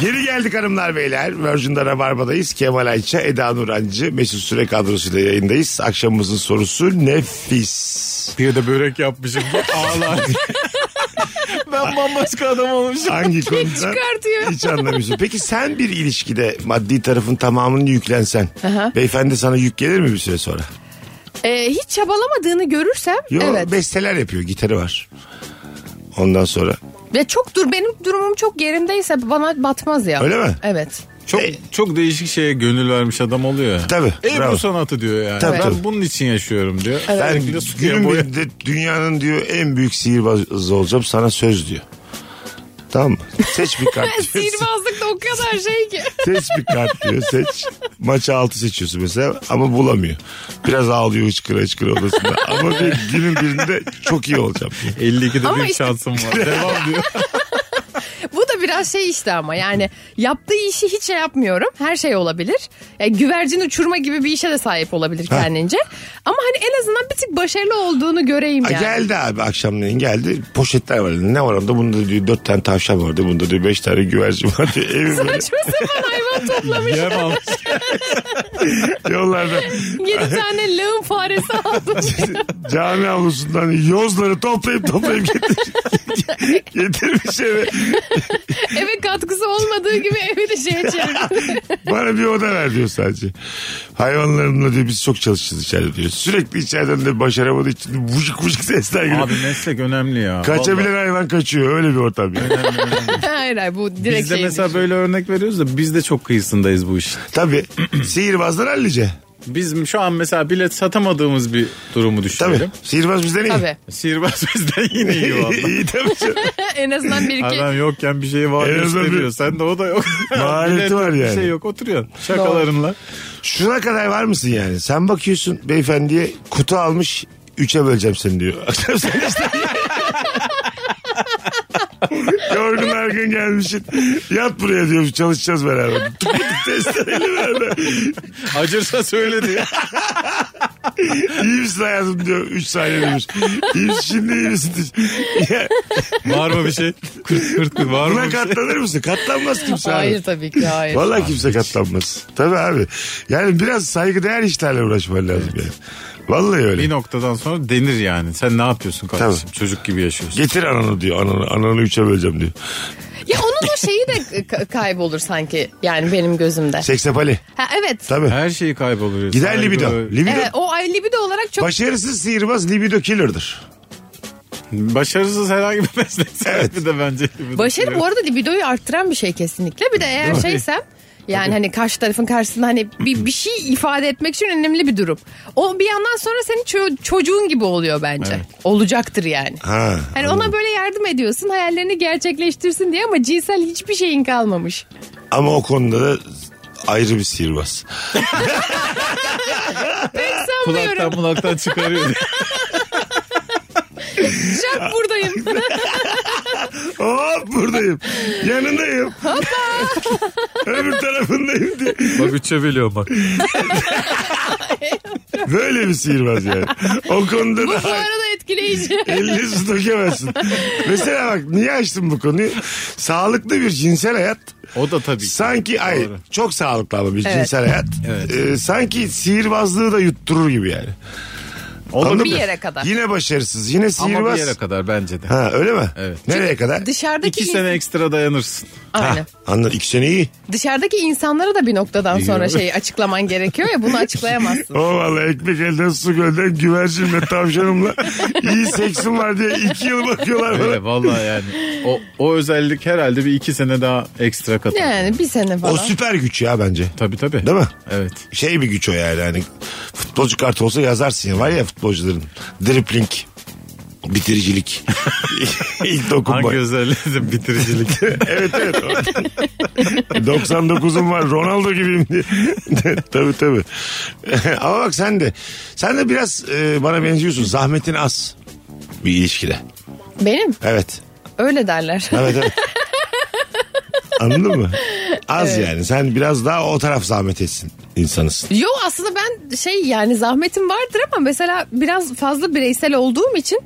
Speaker 3: Geri geldik hanımlar beyler. Virgin'de Rabarba'dayız. Kemal Ayça, Eda Nurancı, Mesut Süre kadrosuyla yayındayız. Akşamımızın sorusu nefis.
Speaker 5: Bir de börek yapmışım. Ağlar. ben bambaşka adam olmuşum.
Speaker 3: Hangi konuda?
Speaker 4: çıkartıyor?
Speaker 3: Hiç anlamıyorsun. Peki sen bir ilişkide maddi tarafın tamamını yüklensen.
Speaker 4: Aha.
Speaker 3: Beyefendi sana yük gelir mi bir süre sonra?
Speaker 4: Ee, hiç çabalamadığını görürsem
Speaker 3: Yo,
Speaker 4: evet.
Speaker 3: besteler yapıyor. Gitarı var. Ondan sonra.
Speaker 4: Ve çok dur benim durumum çok yerindeyse bana batmaz ya.
Speaker 3: Öyle mi?
Speaker 4: Evet.
Speaker 5: Çok çok değişik şeye gönül vermiş adam oluyor. ya.
Speaker 3: E, Tabii,
Speaker 5: E
Speaker 3: bravo.
Speaker 5: bu sanatı diyor yani.
Speaker 3: Tabii,
Speaker 5: ben
Speaker 3: tabii.
Speaker 5: bunun için yaşıyorum diyor.
Speaker 3: Ben
Speaker 5: Bir de suya
Speaker 3: günün
Speaker 5: boya-
Speaker 3: birinde dünyanın diyor en büyük sihirbazı olacağım sana söz diyor. Tamam mı? Seç bir kart diyor.
Speaker 4: Sihirbazlıkta o kadar şey ki.
Speaker 3: seç bir kart diyor. Seç. Maça altı seçiyorsun mesela ama bulamıyor. Biraz ağlıyor hıçkıra hıçkıra odasında. ama diyor, günün birinde çok iyi olacağım. diyor.
Speaker 5: 52'de
Speaker 4: Ama
Speaker 5: bir
Speaker 4: işte-
Speaker 5: şansım var. Devam diyor.
Speaker 4: Bu da biraz şey işte ama yani yaptığı işi hiç şey yapmıyorum. Her şey olabilir. Yani güvercin uçurma gibi bir işe de sahip olabilir kendince. Ama hani en azından bir tık başarılı olduğunu göreyim
Speaker 3: Ha,
Speaker 4: yani.
Speaker 3: geldi abi akşamleyin geldi. Poşetler var. elinde. Ne var onda? Bunda diyor dört tane tavşan vardı. Bunda diyor beş tane güvercin vardı. Evi böyle
Speaker 4: Saçma sapan hayvan toplamış.
Speaker 5: Yem almış.
Speaker 3: yollarda.
Speaker 4: 7 tane lağım faresi aldım.
Speaker 3: cami avlusundan yozları toplayıp toplayıp getir, getirmiş eve.
Speaker 4: Eve katkısı olmadığı gibi evi de şeye çevirdim.
Speaker 3: Bana bir oda ver diyor sadece. Hayvanlarımla diyor biz çok çalışacağız içeride diyor. Sürekli içeriden de başaramadığı için vuşuk vuşuk sesler geliyor.
Speaker 5: Abi meslek önemli ya.
Speaker 3: Kaçabilen hayvan kaçıyor öyle bir ortam yani.
Speaker 4: hayır hayır bu
Speaker 5: Vallahi.
Speaker 4: direkt
Speaker 5: Biz de
Speaker 4: şey.
Speaker 5: mesela böyle örnek veriyoruz da biz de çok kıyısındayız bu işin.
Speaker 3: Tabii sihirbazlar hallice.
Speaker 5: Biz şu an mesela bilet satamadığımız bir durumu
Speaker 3: Tabii.
Speaker 5: düşünelim.
Speaker 3: Sihirbaz bizden iyi.
Speaker 4: Tabii.
Speaker 5: Sihirbaz bizden yine iyi valla.
Speaker 3: iyi tabii. canım.
Speaker 4: en azından bir iki.
Speaker 5: Adam yokken bir şey var
Speaker 3: En azından
Speaker 5: gösteriyor.
Speaker 3: bir-
Speaker 5: Sen de o da yok.
Speaker 3: Mahareti
Speaker 5: Bilet yok,
Speaker 3: var yani.
Speaker 5: Bir şey yok oturuyor. Şakalarınla.
Speaker 3: Şuna kadar var mısın yani? Sen bakıyorsun beyefendiye kutu almış üçe böleceğim seni diyor. Akşam sen işte. Yorgun argın gelmişsin. Yat buraya diyor çalışacağız beraber. Tık tık testereyle beraber.
Speaker 5: Acırsa söyle diye.
Speaker 3: İyi misin hayatım diyor. Üç saniye demiş. İyi misin şimdi iyi misin? Ya,
Speaker 5: Var mı bir şey? Kırt kırt kırt var mı
Speaker 3: buna
Speaker 5: bir şey?
Speaker 3: katlanır mısın? Katlanmaz kimse. abi.
Speaker 4: Hayır tabii ki hayır.
Speaker 3: Vallahi kimse katlanmaz. Tabii abi. Yani biraz saygıdeğer işlerle uğraşman lazım yani. Vallahi öyle.
Speaker 5: şey? Bir noktadan sonra denir yani. Sen ne yapıyorsun kardeşim?
Speaker 3: Tabii.
Speaker 5: Çocuk gibi yaşıyorsun.
Speaker 3: Getir ananı diyor. Ananı, ananı üçe böleceğim diyor.
Speaker 4: Ya onun o şeyi de ka- kaybolur sanki yani benim gözümde.
Speaker 3: Seksapali.
Speaker 4: Ha evet.
Speaker 3: Tabii.
Speaker 5: Her şeyi kayboluyor.
Speaker 3: Gider
Speaker 5: Saygı,
Speaker 3: libido. Libido.
Speaker 4: Evet, o ay libido olarak çok
Speaker 3: Başarısız sihirbaz libido killer'dır.
Speaker 5: Başarısız herhangi bir meslek sahibi de bence libido.
Speaker 4: Başarı bu arada libidoyu arttıran bir şey kesinlikle. Bir de eğer şeysem yani hani karşı tarafın karşısında hani bir, bir şey ifade etmek için önemli bir durum. O bir yandan sonra senin ço- çocuğun gibi oluyor bence. Olacaktır yani.
Speaker 3: Ha.
Speaker 4: Hani ona böyle yardım ediyorsun hayallerini gerçekleştirsin diye ama cinsel hiçbir şeyin kalmamış.
Speaker 3: Ama o konuda da ayrı bir sihirbaz.
Speaker 5: Kulaktan
Speaker 4: Sanmıyorum.
Speaker 5: kulaktan çıkarıyor.
Speaker 4: Şak buradayım.
Speaker 3: Hop buradayım. Yanındayım. Öbür tarafındayım diye.
Speaker 5: bak üçe biliyorum bak.
Speaker 3: Böyle bir sihirbaz yani. O konuda
Speaker 4: Bu
Speaker 3: da
Speaker 4: arada etkileyici.
Speaker 3: elini su dökemezsin. Mesela bak niye açtım bu konuyu? Sağlıklı bir cinsel hayat
Speaker 5: O da tabii. ki.
Speaker 3: Sanki ay
Speaker 5: Doğru.
Speaker 3: çok sağlıklı ama bir cinsel hayat.
Speaker 5: Evet.
Speaker 3: Ee, sanki sihirbazlığı da yutturur gibi yani.
Speaker 5: Olur.
Speaker 3: Anladın
Speaker 4: Bir
Speaker 3: mı?
Speaker 4: yere kadar.
Speaker 3: Yine başarısız. Yine
Speaker 5: Ama bir yere
Speaker 3: sihirbaz.
Speaker 5: kadar bence de.
Speaker 3: Ha öyle mi?
Speaker 5: Evet.
Speaker 3: Nereye kadar?
Speaker 4: Dışarıdaki
Speaker 5: İki sene ekstra dayanırsın.
Speaker 4: Aynen.
Speaker 3: Anladım. İki sene iyi.
Speaker 4: Dışarıdaki insanlara da bir noktadan sonra şeyi açıklaman gerekiyor ya bunu açıklayamazsın.
Speaker 3: O vallahi ekmek elden su gölden güvercinle tavşanımla iyi seksim var diye iki yıl bakıyorlar bana.
Speaker 5: Öyle vallahi yani. O, o özellik herhalde bir iki sene daha ekstra katar.
Speaker 4: Yani bir sene falan.
Speaker 3: O süper güç ya bence.
Speaker 5: Tabii tabii.
Speaker 3: Değil mi?
Speaker 5: Evet.
Speaker 3: Şey bir güç o yani. Hani futbolcu kartı olsa yazarsın ya. Var ya futbolcuların. Dripling. Bitiricilik. İlk dokunma.
Speaker 5: Hangi özelliği de bitiricilik.
Speaker 3: evet evet. 99'um var Ronaldo gibiyim diye. tabii tabii. Ama bak sen de sen de biraz e, bana benziyorsun. Zahmetin az bir ilişkide.
Speaker 4: Benim
Speaker 3: Evet.
Speaker 4: öyle derler.
Speaker 3: Evet evet. Anladın mı? Az yani. Sen biraz daha o taraf zahmet etsin insanısın.
Speaker 4: Yo aslında ben şey yani zahmetim vardır ama mesela biraz fazla bireysel olduğum için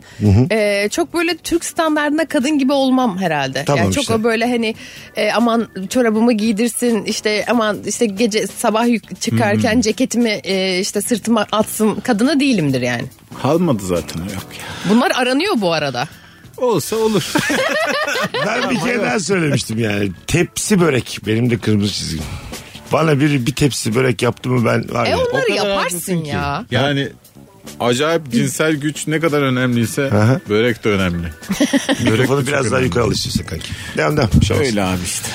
Speaker 4: e, çok böyle Türk standartına kadın gibi olmam herhalde.
Speaker 3: Tamam
Speaker 4: yani çok
Speaker 3: işte.
Speaker 4: o böyle hani e, aman çorabımı giydirsin işte aman işte gece sabah yük- çıkarken ceketimi e, işte sırtıma atsın kadına değilimdir yani.
Speaker 5: Kalmadı zaten o yok ya.
Speaker 4: Bunlar aranıyor bu arada.
Speaker 5: Olsa olur.
Speaker 3: Ben bir kere daha söylemiştim yani. Tepsi börek benim de kırmızı çizgim. Bana biri bir tepsi börek yaptı mı ben var
Speaker 4: E
Speaker 3: ya.
Speaker 4: onları
Speaker 5: kadar
Speaker 4: yaparsın
Speaker 5: haklısın ki.
Speaker 4: ya.
Speaker 5: Yani acayip cinsel güç ne kadar önemliyse
Speaker 3: Aha.
Speaker 5: börek de önemli.
Speaker 3: Mikrofonu biraz daha yukarı alıştırsın kanki. Devam devam. Bir şey olmaz.
Speaker 5: Öyle abi işte.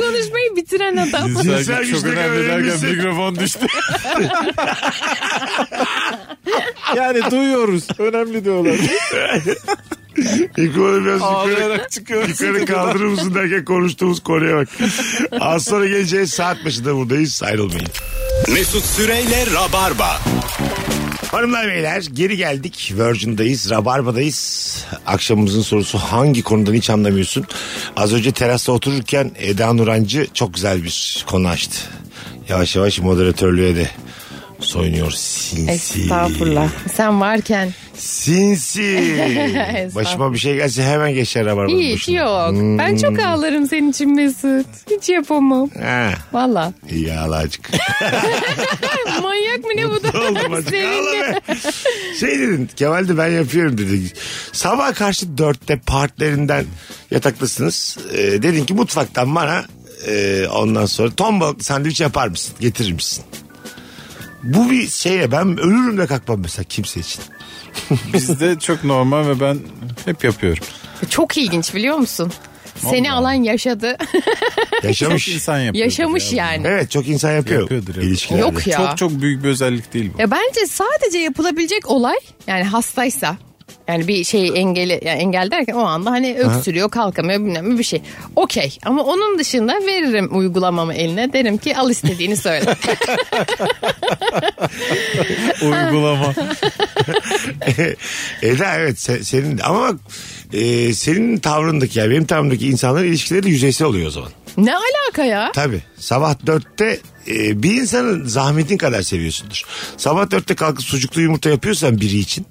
Speaker 4: Konuşmayı bitiren adam.
Speaker 3: Cinsel
Speaker 5: güç çok
Speaker 3: güçle
Speaker 5: önemli
Speaker 3: önemlisi.
Speaker 5: derken mikrofon düştü. yani duyuyoruz. Önemli diyorlar.
Speaker 3: Mikrofonu biraz yukarı,
Speaker 5: Ağlayarak çıkıyoruz.
Speaker 3: yukarı kaldırır mısın derken konuştuğumuz konuya bak. Az sonra geleceğiz. Saat başında buradayız. Ayrılmayın.
Speaker 2: Mesut Süreyle Rabarba.
Speaker 3: Hanımlar beyler geri geldik. Virgin'dayız, Rabarba'dayız. Akşamımızın sorusu hangi konudan hiç anlamıyorsun? Az önce terasta otururken Eda Nurancı çok güzel bir konu açtı. Yavaş yavaş moderatörlüğe de soyunuyor sinsi.
Speaker 4: Estağfurullah. Sen varken
Speaker 3: Sinsi. Başıma bir şey gelse hemen geçer Rabarba'nın
Speaker 4: hiç
Speaker 3: başına.
Speaker 4: yok. Ben
Speaker 5: Hmm.
Speaker 4: çok ağlarım senin için Mesut. Hiç yapamam.
Speaker 3: Ha,
Speaker 4: Valla.
Speaker 3: iyi ağlacık.
Speaker 4: Manyak mı ne bu da?
Speaker 3: Oldum artık.
Speaker 4: Sevindim.
Speaker 3: Ağla be. Şey dedin Kemal de ben yapıyorum dedi. Sabah karşı dörtte partilerinden yataktasınız. Ee, dedin ki mutfaktan bana e, ondan sonra ton balıklı sandviç yapar mısın? Getirir misin? Bu bir şeye ben ölürüm de kalkmam mesela kimse için.
Speaker 5: Bizde çok normal ve ben hep yapıyorum.
Speaker 4: Çok ilginç biliyor musun? Seni alan yaşadı.
Speaker 5: Çok
Speaker 3: Yaşamış.
Speaker 5: insan yapıyor.
Speaker 4: Yaşamış yani.
Speaker 3: evet çok insan yapıyor.
Speaker 5: Yapıyordur, yapıyor.
Speaker 3: ilişkilerde.
Speaker 4: Yok ya.
Speaker 5: Çok çok büyük bir özellik değil bu.
Speaker 4: Ya bence sadece yapılabilecek olay yani hastaysa yani bir şey engeli yani engel derken o anda hani öksürüyor kalkamıyor bilmem ne bir şey. Okey ama onun dışında veririm uygulamamı eline derim ki al istediğini söyle.
Speaker 5: Uygulama.
Speaker 3: Eda evet se- senin ama bak e, senin tavrındaki yani benim tavrımdaki insanların ilişkileri de yüzeysel oluyor o zaman.
Speaker 4: ne alaka ya?
Speaker 3: Tabii. Sabah dörtte e, bir insanın zahmetin kadar seviyorsundur. Sabah dörtte kalkıp sucuklu yumurta yapıyorsan biri için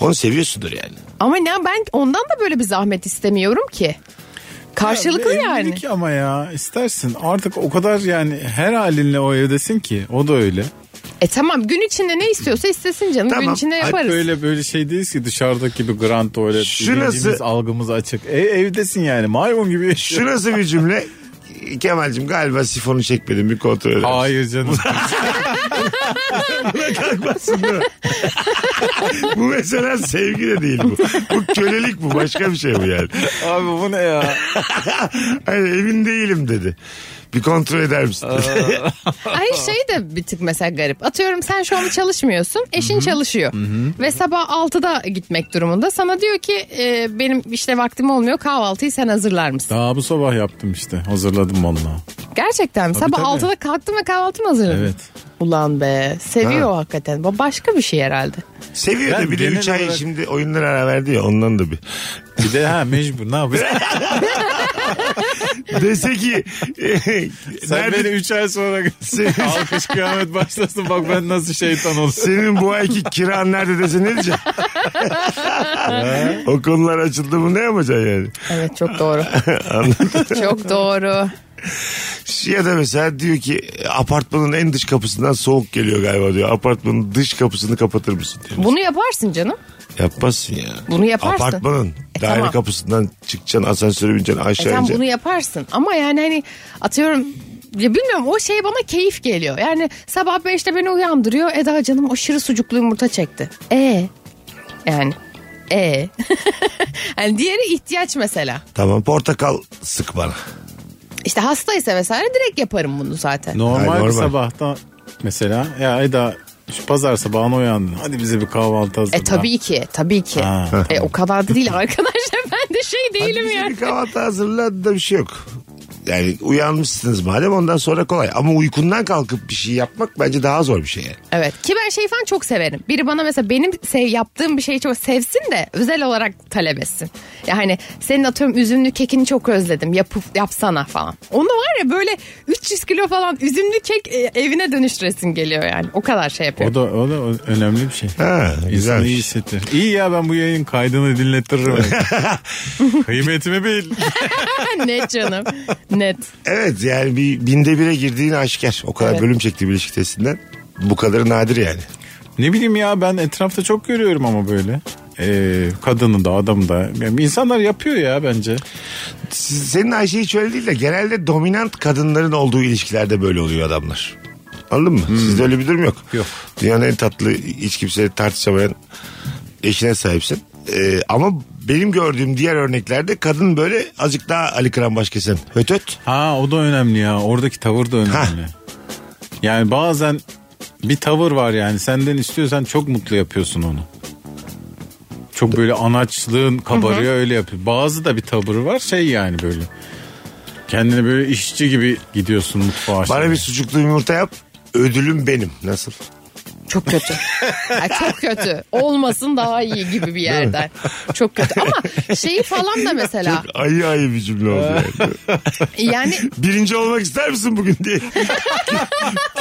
Speaker 3: onu seviyorsundur yani.
Speaker 4: Ama ne ben ondan da böyle bir zahmet istemiyorum ki. Karşılıklı
Speaker 5: Ya,
Speaker 4: yani.
Speaker 5: evlilik ama ya istersin artık o kadar yani her halinle o evdesin ki o da öyle.
Speaker 4: E tamam gün içinde ne istiyorsa istesin canım gün
Speaker 3: Tamam,
Speaker 4: içinde
Speaker 3: hadi
Speaker 4: yaparız.
Speaker 5: Böyle böyle şey değiliz ki dışarıdaki gibi grand tuvalet.
Speaker 3: Şu
Speaker 5: bilincimiz,
Speaker 3: nasıl-
Speaker 5: algımız açık. E, evdesin yani maymun gibi
Speaker 3: Şu
Speaker 5: yaşıyorsun.
Speaker 3: nasıl bir cümle? Kemal'cim galiba sifonu çekmedim bir kontrol edelim.
Speaker 5: Hayır canım.
Speaker 3: bu mesela sevgi de değil bu. Bu kölelik bu başka bir şey bu yani.
Speaker 5: Abi bu ne ya?
Speaker 3: Hani emin değilim dedi. Bir kontrol eder misin? dedi.
Speaker 4: Ay şey de bir tık mesela garip. Atıyorum sen şu an çalışmıyorsun. Eşin çalışıyor. Ve sabah 6'da gitmek durumunda. Sana diyor ki e, benim işte vaktim olmuyor kahvaltıyı sen hazırlar mısın?
Speaker 5: Daha bu sabah yaptım işte. Hazırladım valla.
Speaker 4: Gerçekten mi? sabah
Speaker 5: tabii.
Speaker 4: 6'da kalktın ve kahvaltımı hazırladın.
Speaker 5: Evet.
Speaker 4: Ulan be seviyor hakikaten. Bu başka bir şey herhalde.
Speaker 3: Seviyor da
Speaker 5: Ben
Speaker 3: bir de
Speaker 5: genel
Speaker 3: 3 ay
Speaker 5: olarak-
Speaker 3: şimdi oyunlar ara verdi ya ondan da bir.
Speaker 5: Bir de ha mecbur ne yapayım?
Speaker 3: Dese ki
Speaker 5: Sen
Speaker 3: nerede-
Speaker 5: beni 3 ay sonra
Speaker 3: Sen-
Speaker 5: alkış kıyamet başlasın bak ben nasıl şeytan olsun.
Speaker 3: Senin bu ayki kiran nerede dese ne diyeceksin? Okullar açıldı mı ne yapacaksın yani?
Speaker 4: Evet çok doğru. çok doğru.
Speaker 3: ya da mesela diyor ki apartmanın en dış kapısından soğuk geliyor galiba diyor. Apartmanın dış kapısını kapatır mısın diyor.
Speaker 4: Bunu yaparsın canım.
Speaker 3: Yapmazsın ya.
Speaker 4: Bunu yaparsın.
Speaker 3: Apartmanın
Speaker 4: E,
Speaker 3: daire
Speaker 4: tamam.
Speaker 3: kapısından çıkacaksın asansöre bineceksin
Speaker 4: E
Speaker 3: aşağı
Speaker 4: tamam
Speaker 3: ineceksin.
Speaker 4: bunu yaparsın ama yani hani atıyorum ya bilmiyorum o şey bana keyif geliyor. Yani sabah 5'te beni uyandırıyor. Eda canım aşırı sucuklu yumurta çekti. E yani e yani diğeri ihtiyaç mesela.
Speaker 3: Tamam portakal sık bana.
Speaker 4: İşte hastaysa vesaire direkt yaparım bunu zaten.
Speaker 5: Normal,
Speaker 3: Hayır, normal.
Speaker 5: bir sabahta mesela ya Eda şu pazar sabahına uyandın. Hadi bize bir kahvaltı hazırla.
Speaker 4: E tabii ki tabii ki.
Speaker 5: Ha.
Speaker 4: E, o kadar da değil arkadaşlar ben de şey değilim
Speaker 3: Bize
Speaker 4: yani.
Speaker 3: bir kahvaltı hazırla da bir şey yok. Yani uyanmışsınız madem ondan sonra kolay. Ama uykundan kalkıp bir şey yapmak bence daha zor bir şey yani.
Speaker 4: Evet ki ben şey falan çok severim. Biri bana mesela benim sev, yaptığım bir şeyi çok sevsin de özel olarak talep etsin. Yani senin atıyorum üzümlü kekini çok özledim yapıp yapsana falan. Onu var ya böyle 300 kilo falan üzümlü kek e, evine dönüştüresin geliyor yani. O kadar şey yapıyor.
Speaker 5: O da, o da önemli bir şey.
Speaker 3: Ha,
Speaker 5: İnsanı iyi
Speaker 3: güzel.
Speaker 5: hissettir. İyi ya ben bu yayın kaydını dinletirim. Kıymetimi bil.
Speaker 4: Net canım. Net.
Speaker 3: Evet yani bir binde bire girdiğin aşikar. O kadar
Speaker 4: Evet.
Speaker 3: bölüm çekti bir ilişki testinden. Bu kadarı nadir yani.
Speaker 5: Ne bileyim ya ben etrafta çok görüyorum ama böyle. Ee, kadını da adamı da. Yani insanlar yapıyor ya bence.
Speaker 3: Siz- Senin Ayşe hiç öyle değil de genelde dominant kadınların olduğu ilişkilerde böyle oluyor adamlar. Anladın mı? Sizde öyle bir durum Hmm. yok.
Speaker 5: Yok.
Speaker 3: Dünyanın en tatlı hiç kimseyle tartışamayan eşine sahipsin. Ee, ama benim gördüğüm diğer örneklerde kadın böyle azıcık daha Ali Kıran Başkesen. Höt höt.
Speaker 5: Ha o da önemli ya. Oradaki tavır da önemli. Yani bazen bir tavır var yani. Senden istiyorsan çok mutlu yapıyorsun onu. Çok böyle anaçlığın kabarıyor öyle yapıyor. Bazı da bir tavırı var şey yani böyle. Kendini böyle işçi gibi gidiyorsun mutfağa. şey.
Speaker 3: Bana
Speaker 5: şimdi.
Speaker 3: bir sucuklu yumurta yap. Ödülüm benim. Nasıl?
Speaker 4: Çok kötü. Ya çok kötü. Olmasın daha iyi gibi bir yerden. Çok kötü. Ama şeyi falan da mesela.
Speaker 3: Ayı ayı bir cümle oldu yani.
Speaker 4: Yani
Speaker 3: Birinci olmak ister misin bugün diye.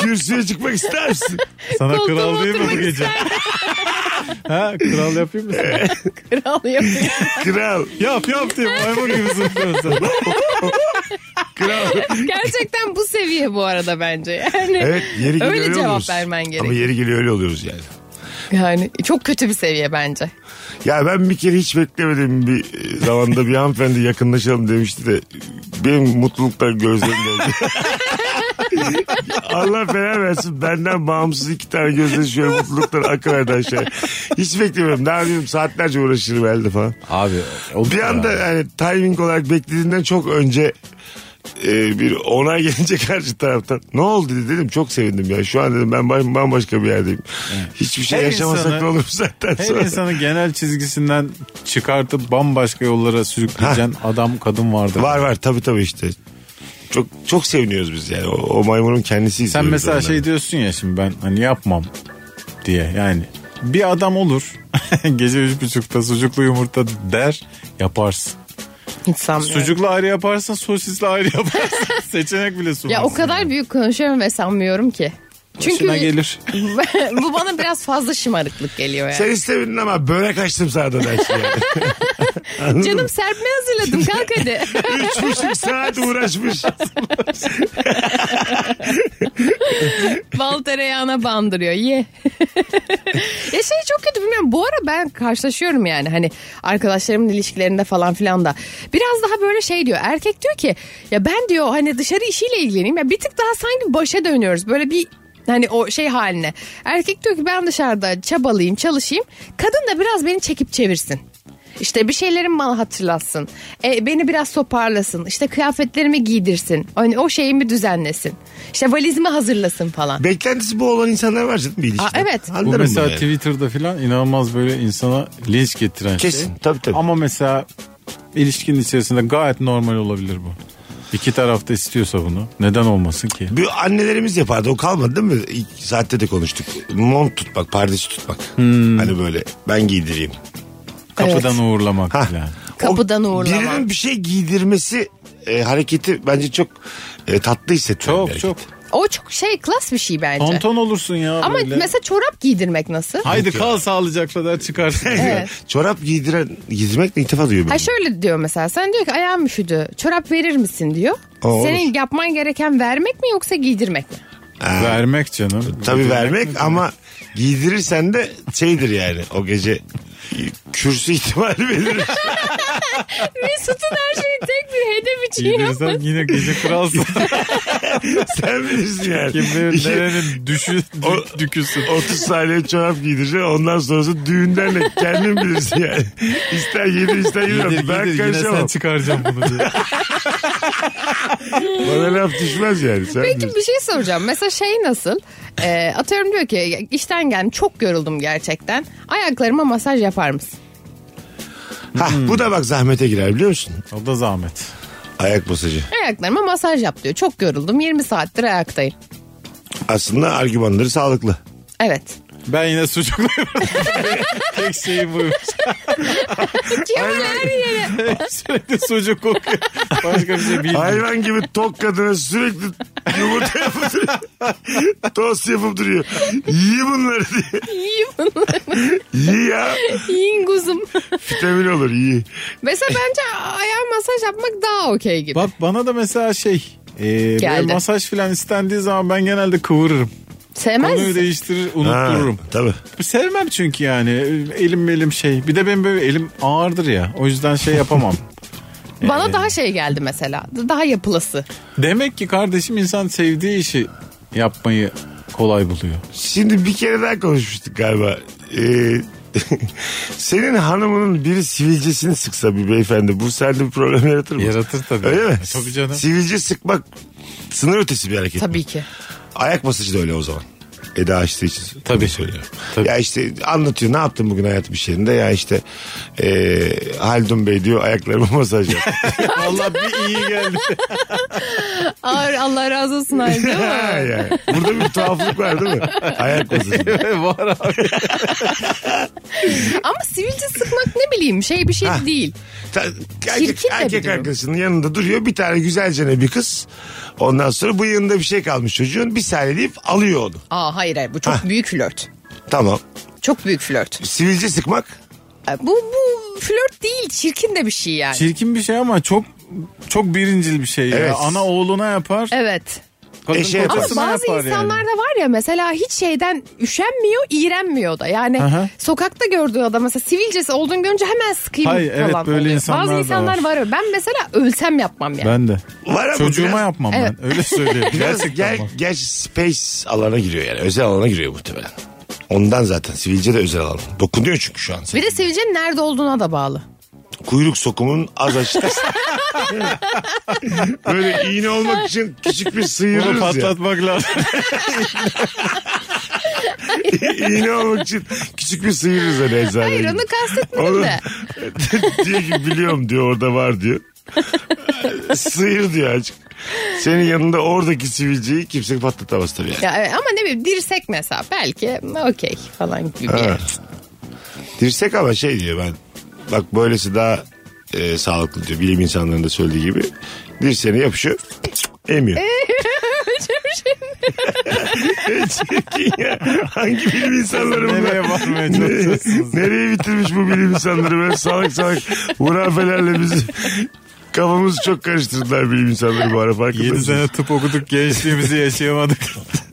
Speaker 3: Kürsüye çıkmak ister misin?
Speaker 5: Sana
Speaker 4: Koltuğuma
Speaker 5: kral değil mi bu
Speaker 4: oturmak
Speaker 5: gece? ha kral yapayım mı?
Speaker 3: E,
Speaker 5: sana?
Speaker 4: kral yapıyor.
Speaker 3: Kral.
Speaker 5: yap yap diye maymun gibi zıplıyorsun sen.
Speaker 4: Gerçekten bu seviye bu arada bence. Yani
Speaker 3: Evet yeri geliyor
Speaker 4: öyle
Speaker 3: öyle
Speaker 4: cevap
Speaker 3: oluyoruz.
Speaker 4: vermen
Speaker 3: Ama
Speaker 4: gerek.
Speaker 3: yeri geliyor öyle oluyoruz yani.
Speaker 4: Yani çok kötü bir seviye bence.
Speaker 3: Ya ben bir kere hiç beklemediğim bir e, zamanda bir hanımefendi yakınlaşalım demişti de benim mutluluktan gözlerim doldu. Allah fena versin benden bağımsız iki tane gözleri şöyle mutluluktan akıverdi aşağıya. Hiç beklemiyorum. Ne yapayım saatlerce uğraşırım elde falan.
Speaker 5: Abi o
Speaker 3: Bir anda yani timing olarak beklediğinden çok önce e, bir onay gelince karşı taraftan ne oldu dedi dedim çok sevindim ya şu an dedim ben bam- bambaşka bir yerdeyim. Hiçbir şey
Speaker 5: Her
Speaker 3: yaşamasak
Speaker 5: insanı-
Speaker 3: ne olur zaten
Speaker 5: Her
Speaker 3: sonra.
Speaker 5: insanı genel çizgisinden çıkartıp bambaşka yollara sürükleyeceğin adam kadın vardır.
Speaker 3: Var var tabii tabii işte. Çok çok seviniyoruz biz yani. O, o maymunun kendisi
Speaker 5: Sen mesela şey diyorsun ya şimdi ben hani yapmam diye yani bir adam olur gece üç buçukta sucuklu yumurta der yaparsın.
Speaker 4: Hiç sanmıyorum.
Speaker 5: Sucuklu ayrı yaparsın sosisli ayrı yaparsın seçenek bile sunmaz.
Speaker 4: Ya o kadar büyük konuşuyorum ve sanmıyorum ki. Çünkü
Speaker 5: Başına gelir.
Speaker 4: bu bana biraz fazla şımarıklık geliyor yani.
Speaker 3: Sen istemedin ama börek açtım sana da dersin yani.
Speaker 4: Canım serpme hazırladım kalk hadi.
Speaker 3: Üç buçuk saat uğraşmış.
Speaker 4: Bal tereyağına bandırıyor ye. ya şey çok kötü bilmiyorum. Bu ara ben karşılaşıyorum yani hani arkadaşlarımın ilişkilerinde falan filan da. Biraz daha böyle şey diyor. Erkek diyor ki ya ben diyor hani dışarı işiyle ilgileneyim. Ya bir tık daha sanki başa dönüyoruz. Böyle bir hani o şey haline. Erkek diyor ki ben dışarıda çabalayayım, çalışayım. Kadın da biraz beni çekip çevirsin. İşte bir şeylerim bana hatırlatsın. E, beni biraz toparlasın. İşte kıyafetlerimi giydirsin. Hani o şeyimi düzenlesin. İşte valizimi hazırlasın falan.
Speaker 3: Beklentisi bu olan insanlar var canım bir ilişkide.
Speaker 4: Aa, evet. Bu
Speaker 5: Bu
Speaker 3: Anlarım
Speaker 5: mesela
Speaker 3: bunu yani.
Speaker 5: Twitter'da filan inanılmaz böyle insana linç getiren şey.
Speaker 3: Kesin tabii tabii.
Speaker 5: Ama mesela ilişkinin içerisinde gayet normal olabilir bu. İki taraf da istiyorsa bunu. Neden olmasın ki?
Speaker 3: Bir annelerimiz yapardı o kalmadı değil mi? İlk saatte de konuştuk. Mont tutmak, pardesi tutmak.
Speaker 4: Hmm.
Speaker 3: Hani böyle ben giydireyim.
Speaker 5: Kapıdan uğurlamak
Speaker 3: Hah.
Speaker 5: falan.
Speaker 4: Kapıdan
Speaker 3: O
Speaker 4: uğurlama.
Speaker 3: Birinin bir şey giydirmesi e, hareketi bence çok e, tatlı hissettiriyor.
Speaker 5: Çok
Speaker 3: bir hareket.
Speaker 5: çok.
Speaker 4: O çok şey klas bir şey bence.
Speaker 5: Tonton olursun ya
Speaker 4: Ama
Speaker 5: böyle.
Speaker 4: mesela çorap giydirmek nasıl?
Speaker 5: Haydi kal sağlıcakla der çıkarsın.
Speaker 4: Evet.
Speaker 3: Çorap giydiren, giydirmek de ilk defa duyuyorum.
Speaker 4: Ha
Speaker 3: ben.
Speaker 4: şöyle diyor mesela sen diyor ki ayağım üşüdü çorap verir misin diyor.
Speaker 3: Aa, olur.
Speaker 4: Senin yapman gereken vermek mi yoksa giydirmek mi?
Speaker 5: Vermek canım.
Speaker 3: Tabii
Speaker 5: Gidilmek
Speaker 3: vermek
Speaker 5: mi?
Speaker 3: ama giydirirsen de şeydir yani o gece kürsü ihtimali verir.
Speaker 4: Mesut'un her şeyi tek bir hedef için
Speaker 5: Giydirirsen
Speaker 4: yapması.
Speaker 5: yine gece kralsın.
Speaker 3: Sen bilirsin yani.
Speaker 5: Kim bilir
Speaker 3: İki-
Speaker 5: nerenin düşü, dü- düküsün.
Speaker 3: 30 saniye çorap giydireceksin. Ondan sonrası düğünlerle kendin bilirsin yani. İster giydir ister
Speaker 5: Giydir
Speaker 3: giydir. Ben
Speaker 5: giydir yine sen
Speaker 3: karışamam.
Speaker 5: çıkaracağım bunu diye.
Speaker 3: Bana laf düşmez yani. Sen
Speaker 4: Peki
Speaker 3: bilirsin.
Speaker 4: bir şey soracağım. Mesela şey nasıl? Ee, atıyorum diyor ki işten geldim çok yoruldum gerçekten. Ayaklarıma masaj yapar mısın?
Speaker 3: Ha, bu da bak zahmete girer biliyor musun?
Speaker 5: O da zahmet.
Speaker 3: Ayak masajı.
Speaker 4: Ayaklarıma masaj yap diyor. Çok yoruldum 20 saattir ayaktayım.
Speaker 3: Aslında argümanları sağlıklı.
Speaker 4: Evet.
Speaker 5: Ben yine sucuklarım. Tek şeyim bu.
Speaker 4: Her yere.
Speaker 5: Sürekli sucuk kokuyor. Başka bir şey bilmiyorum.
Speaker 3: Hayvan gibi tok kadına sürekli yumurta yapıp duruyor. Tost yapıp duruyor. Yiyin bunları diye.
Speaker 4: İyiyim bunu.
Speaker 3: Yiyin ya.
Speaker 4: İyiyim kuzum.
Speaker 3: Vitamin olur iyi.
Speaker 4: Mesela bence ayağa masaj yapmak daha okey gibi.
Speaker 5: Bak bana da mesela şey. E, böyle
Speaker 4: Geldi.
Speaker 5: masaj falan istendiği zaman ben genelde kıvırırım.
Speaker 4: Sevmez
Speaker 5: Konuyu
Speaker 4: misin?
Speaker 5: değiştirir unuttururum.
Speaker 3: Ha, Tabii.
Speaker 5: Sevmem çünkü yani elim elim şey. Bir de benim böyle elim ağırdır ya. O yüzden şey yapamam.
Speaker 4: Bana daha şey geldi mesela. Daha yapılası.
Speaker 5: Demek ki kardeşim insan sevdiği işi yapmayı kolay buluyor.
Speaker 3: Şimdi bir kere daha konuşmuştuk galiba. Ee, senin hanımının biri sivilcesini sıksa bir beyefendi bu sende bir problem yaratır mı?
Speaker 5: Yaratır tabii. E,
Speaker 3: Öyle mi?
Speaker 5: Tabii canım.
Speaker 3: Sivilce sıkmak sınır ötesi bir hareket.
Speaker 4: Tabii ki.
Speaker 3: Ayak masajı da öyle o zaman. Eda açtığı için.
Speaker 5: Tabii.
Speaker 3: Bunu söylüyorum.
Speaker 5: Tabii.
Speaker 3: Ya işte anlatıyor ne yaptın bugün hayatım iş yerinde ya işte e, Haldun Bey diyor ayaklarıma masaj yap.
Speaker 5: Vallahi bir iyi geldi.
Speaker 4: Ağır Allah razı olsun Ayrıca ama.
Speaker 3: Ha, yani. Burada bir tuhaflık var değil mi? Ayak masajı.
Speaker 5: Var abi.
Speaker 4: Ama sivilce sıkmak ne bileyim şey bir şey
Speaker 3: Ha.
Speaker 4: değil.
Speaker 3: Ta-
Speaker 4: Çirkin
Speaker 3: erkek,
Speaker 4: de
Speaker 3: erkek
Speaker 4: biliyorum.
Speaker 3: arkadaşının yanında duruyor bir tane güzelce ne bir kız. Ondan sonra bıyığında bir şey kalmış çocuğun bir saniye deyip alıyor onu.
Speaker 4: Aa hayır hayır bu çok büyük flört.
Speaker 3: Tamam.
Speaker 4: Çok büyük flört.
Speaker 3: Sivilce sıkmak.
Speaker 4: Bu bu flört değil çirkin de bir şey yani.
Speaker 5: Çirkin bir şey ama çok çok birincil bir şey ya.
Speaker 3: Evet.
Speaker 5: Ana oğluna yapar.
Speaker 4: evet.
Speaker 5: Kadın
Speaker 3: Eşe yapar.
Speaker 4: Ama
Speaker 5: kocasına
Speaker 4: bazı
Speaker 5: şey yapar yani.
Speaker 4: insanlarda var ya mesela hiç şeyden üşenmiyor, iğrenmiyor da. Yani
Speaker 5: Aha.
Speaker 4: sokakta gördüğü adam mesela sivilcesi olduğunu görünce hemen sıkayım
Speaker 5: Hayır, evet,
Speaker 4: falan
Speaker 5: böyle
Speaker 4: oluyor.
Speaker 5: insanlar
Speaker 4: Bazı
Speaker 5: da
Speaker 4: insanlar var.
Speaker 5: var.
Speaker 4: öyle. Ben mesela ölsem yapmam yani.
Speaker 5: Ben de.
Speaker 3: Var ama
Speaker 5: Çocuğuma
Speaker 3: biraz-
Speaker 5: yapmam
Speaker 4: Evet.
Speaker 5: ben. Öyle söyleyeyim.
Speaker 3: Biraz
Speaker 5: Gerçekten.
Speaker 3: ger,
Speaker 5: bak.
Speaker 3: gerçi space alana giriyor yani. Özel alana giriyor muhtemelen. Ondan zaten sivilce de özel alan. Dokunuyor çünkü şu an.
Speaker 4: Bir de sivilcenin nerede olduğuna da bağlı.
Speaker 3: Kuyruk sokumun az aşağısı. Böyle iğne olmak için küçük bir
Speaker 5: Bunu
Speaker 3: sıyırırız ya.
Speaker 5: patlatmak lazım.
Speaker 3: iğne olmak için küçük bir sıyırırız hani eczaneye.
Speaker 4: Hayır onu kastetmedim
Speaker 3: Oğlum,
Speaker 4: de.
Speaker 3: diyor ki biliyorum diyor orada var diyor. Sıyır diyor azıcık. Senin yanında oradaki sivilceyi kimse patlatamaz tabii yani.
Speaker 4: Ya, evet, ama ne bileyim dirsek mesela belki okey falan gibi. bir
Speaker 3: Ha.
Speaker 4: yer.
Speaker 3: Dirsek ama şey diyor ben bak böylesi daha e, sağlıklı diyor bilim insanlarının da söylediği gibi. Dirseğine yapışıyor emiyor. Çirkin ya. Hangi bilim insanları bunlar?
Speaker 5: Nereye varmaya
Speaker 3: Ne-
Speaker 5: çalışıyorsunuz?
Speaker 3: Nereye bitirmiş bu bilim insanları böyle salak salak hurafelerle bizi kafamızı çok karıştırdılar bilim insanları bu ara farkında
Speaker 5: 7 sene
Speaker 3: mısınız?
Speaker 5: tıp okuduk gençliğimizi yaşayamadık.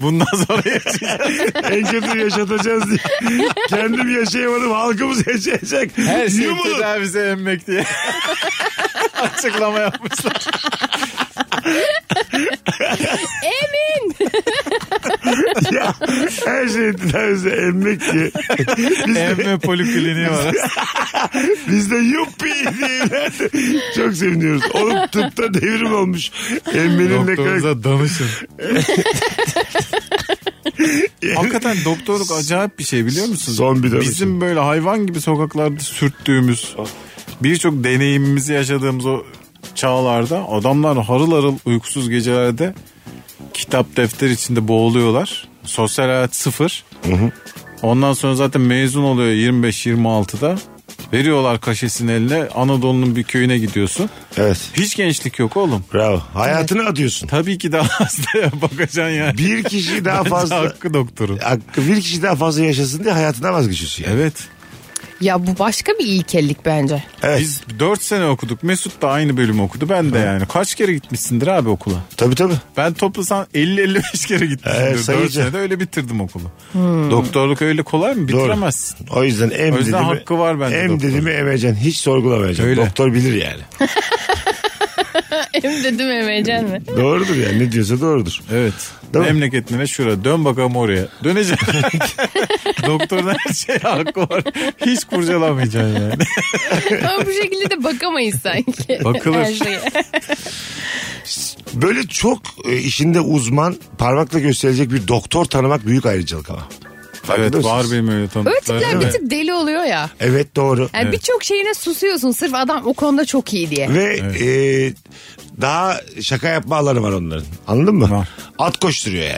Speaker 5: Bundan sonra yaşayacağız.
Speaker 3: En kötü yaşatacağız diye. Kendim yaşayamadım halkımız yaşayacak.
Speaker 5: Her şey
Speaker 3: Yumulun.
Speaker 5: tedavisi emmek diye. Açıklama yapmışlar.
Speaker 3: Ya, her şey tedavisi emmek diye.
Speaker 5: Emme polikliniği var.
Speaker 3: Biz de yuppi diye çok seviniyoruz. Oğlum tıpta devrim olmuş. Emmenin ne kadar...
Speaker 5: Doktorunuza danışın. Hakikaten doktorluk acayip bir şey biliyor musunuz?
Speaker 3: Son bir Oh. dönem.
Speaker 5: Bizim böyle hayvan gibi sokaklarda sürttüğümüz birçok deneyimimizi yaşadığımız o çağlarda adamlar harıl harıl uykusuz gecelerde kitap defter içinde boğuluyorlar. Sosyal hayat sıfır. Ondan sonra zaten mezun oluyor 25-26'da. Veriyorlar kaşesini eline Anadolu'nun bir köyüne gidiyorsun.
Speaker 3: Evet.
Speaker 5: Hiç gençlik yok oğlum.
Speaker 3: Bravo. Hayatını atıyorsun.
Speaker 5: Tabii ki daha hastaya bakacaksın yani.
Speaker 3: Bir kişi daha
Speaker 5: Bence
Speaker 3: fazla
Speaker 5: Hakkı doktoru.
Speaker 3: hakkı- bir kişi daha fazla yaşasın diye hayatından vazgeçiyorsun yani.
Speaker 5: Evet.
Speaker 4: Ya bu başka bir ilkellik bence.
Speaker 3: Evet.
Speaker 5: Biz 4 sene okuduk. Mesut da aynı bölümü okudu. Ben de yani. Kaç kere gitmişsindir abi okula?
Speaker 3: Tabii tabii.
Speaker 5: Ben toplasan 50-55 kere gitmişimdir.
Speaker 3: Evet,
Speaker 5: 4
Speaker 3: sayıcı.
Speaker 5: senede öyle bitirdim okulu. Doktorluk öyle kolay mı?
Speaker 3: Doğru.
Speaker 5: Bitiremezsin.
Speaker 3: O yüzden em
Speaker 5: O yüzden
Speaker 3: dedi mi-
Speaker 5: hakkı var bence
Speaker 3: Em
Speaker 5: doktorun.
Speaker 3: dedi mi emeceksin. Hiç sorgulamayacaksın.
Speaker 5: Öyle.
Speaker 3: Doktor bilir yani.
Speaker 4: Hem dedim emecen mi?
Speaker 3: doğrudur yani. Ne diyorsa doğrudur.
Speaker 5: Evet.
Speaker 3: Değil mi?
Speaker 5: Memleketine şura. Dön bakalım oraya. Döneceksin. Doktorun her şeye hakkı var. Hiç kurcalamayacaksın yani.
Speaker 4: Ama bu şekilde de bakamayız sanki.
Speaker 5: Bakılır.
Speaker 4: Her şeye.
Speaker 3: Böyle çok e, işinde uzman parmakla gösterecek bir doktor tanımak büyük ayrıcalık ama.
Speaker 5: evet
Speaker 3: mısınız?
Speaker 5: var benim öyle tanıdıklarım.
Speaker 4: Öyle tipler bir tık deli oluyor ya.
Speaker 3: Evet doğru.
Speaker 4: Yani birçok şeyine susuyorsun sırf adam o konuda çok iyi diye.
Speaker 3: Ve e, daha şaka yapma alanı var onların. Anladın mı?
Speaker 5: Var.
Speaker 3: At koşturuyor yani.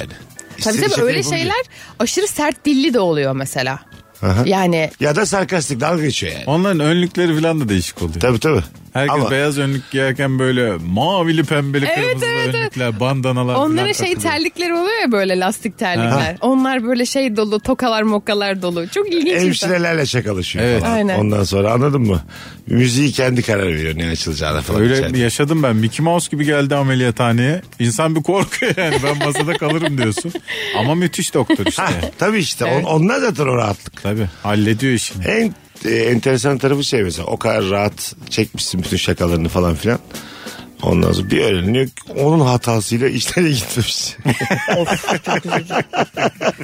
Speaker 4: Tabii
Speaker 3: İstediği
Speaker 4: tabii
Speaker 3: şaka
Speaker 4: öyle
Speaker 3: yapabiliyor.
Speaker 4: şeyler aşırı sert dilli de oluyor mesela.
Speaker 3: Aha.
Speaker 4: Yani
Speaker 3: Ya da sarkastik dalga geçiyor yani.
Speaker 5: Onların önlükleri falan da değişik oluyor.
Speaker 3: Tabii tabii.
Speaker 5: Herkes
Speaker 3: Ama
Speaker 5: beyaz önlük giyerken böyle mavili pembeli
Speaker 4: Evet,
Speaker 5: kırmızılı
Speaker 4: evet,
Speaker 5: önlükler, bandanalar falan
Speaker 4: onların şey
Speaker 5: takılıyor.
Speaker 4: terlikleri oluyor ya böyle lastik terlikler. Onlar böyle şey dolu tokalar mokalar dolu. Çok ilginç. insan.
Speaker 3: hemşirelerle şakalaşıyor
Speaker 5: Evet.
Speaker 3: falan.
Speaker 4: Aynen.
Speaker 3: Ondan sonra anladın mı? Müziği kendi karar veriyor ne açılacağına falan.
Speaker 5: Öyle
Speaker 3: içeride.
Speaker 5: yaşadım ben. Mickey Mouse gibi geldi ameliyathaneye. İnsan bir korkuyor yani. Ben masada kalırım diyorsun. Ama müthiş doktor işte.
Speaker 3: Ha, tabii işte on- onlar zaten o rahatlık.
Speaker 5: Tabii. Hallediyor işini.
Speaker 3: En e, enteresan tarafı şey mesela o kadar rahat çekmişsin bütün şakalarını falan filan. Ondan sonra bir öğreniliyor ki onun hatasıyla işlere gitmiş.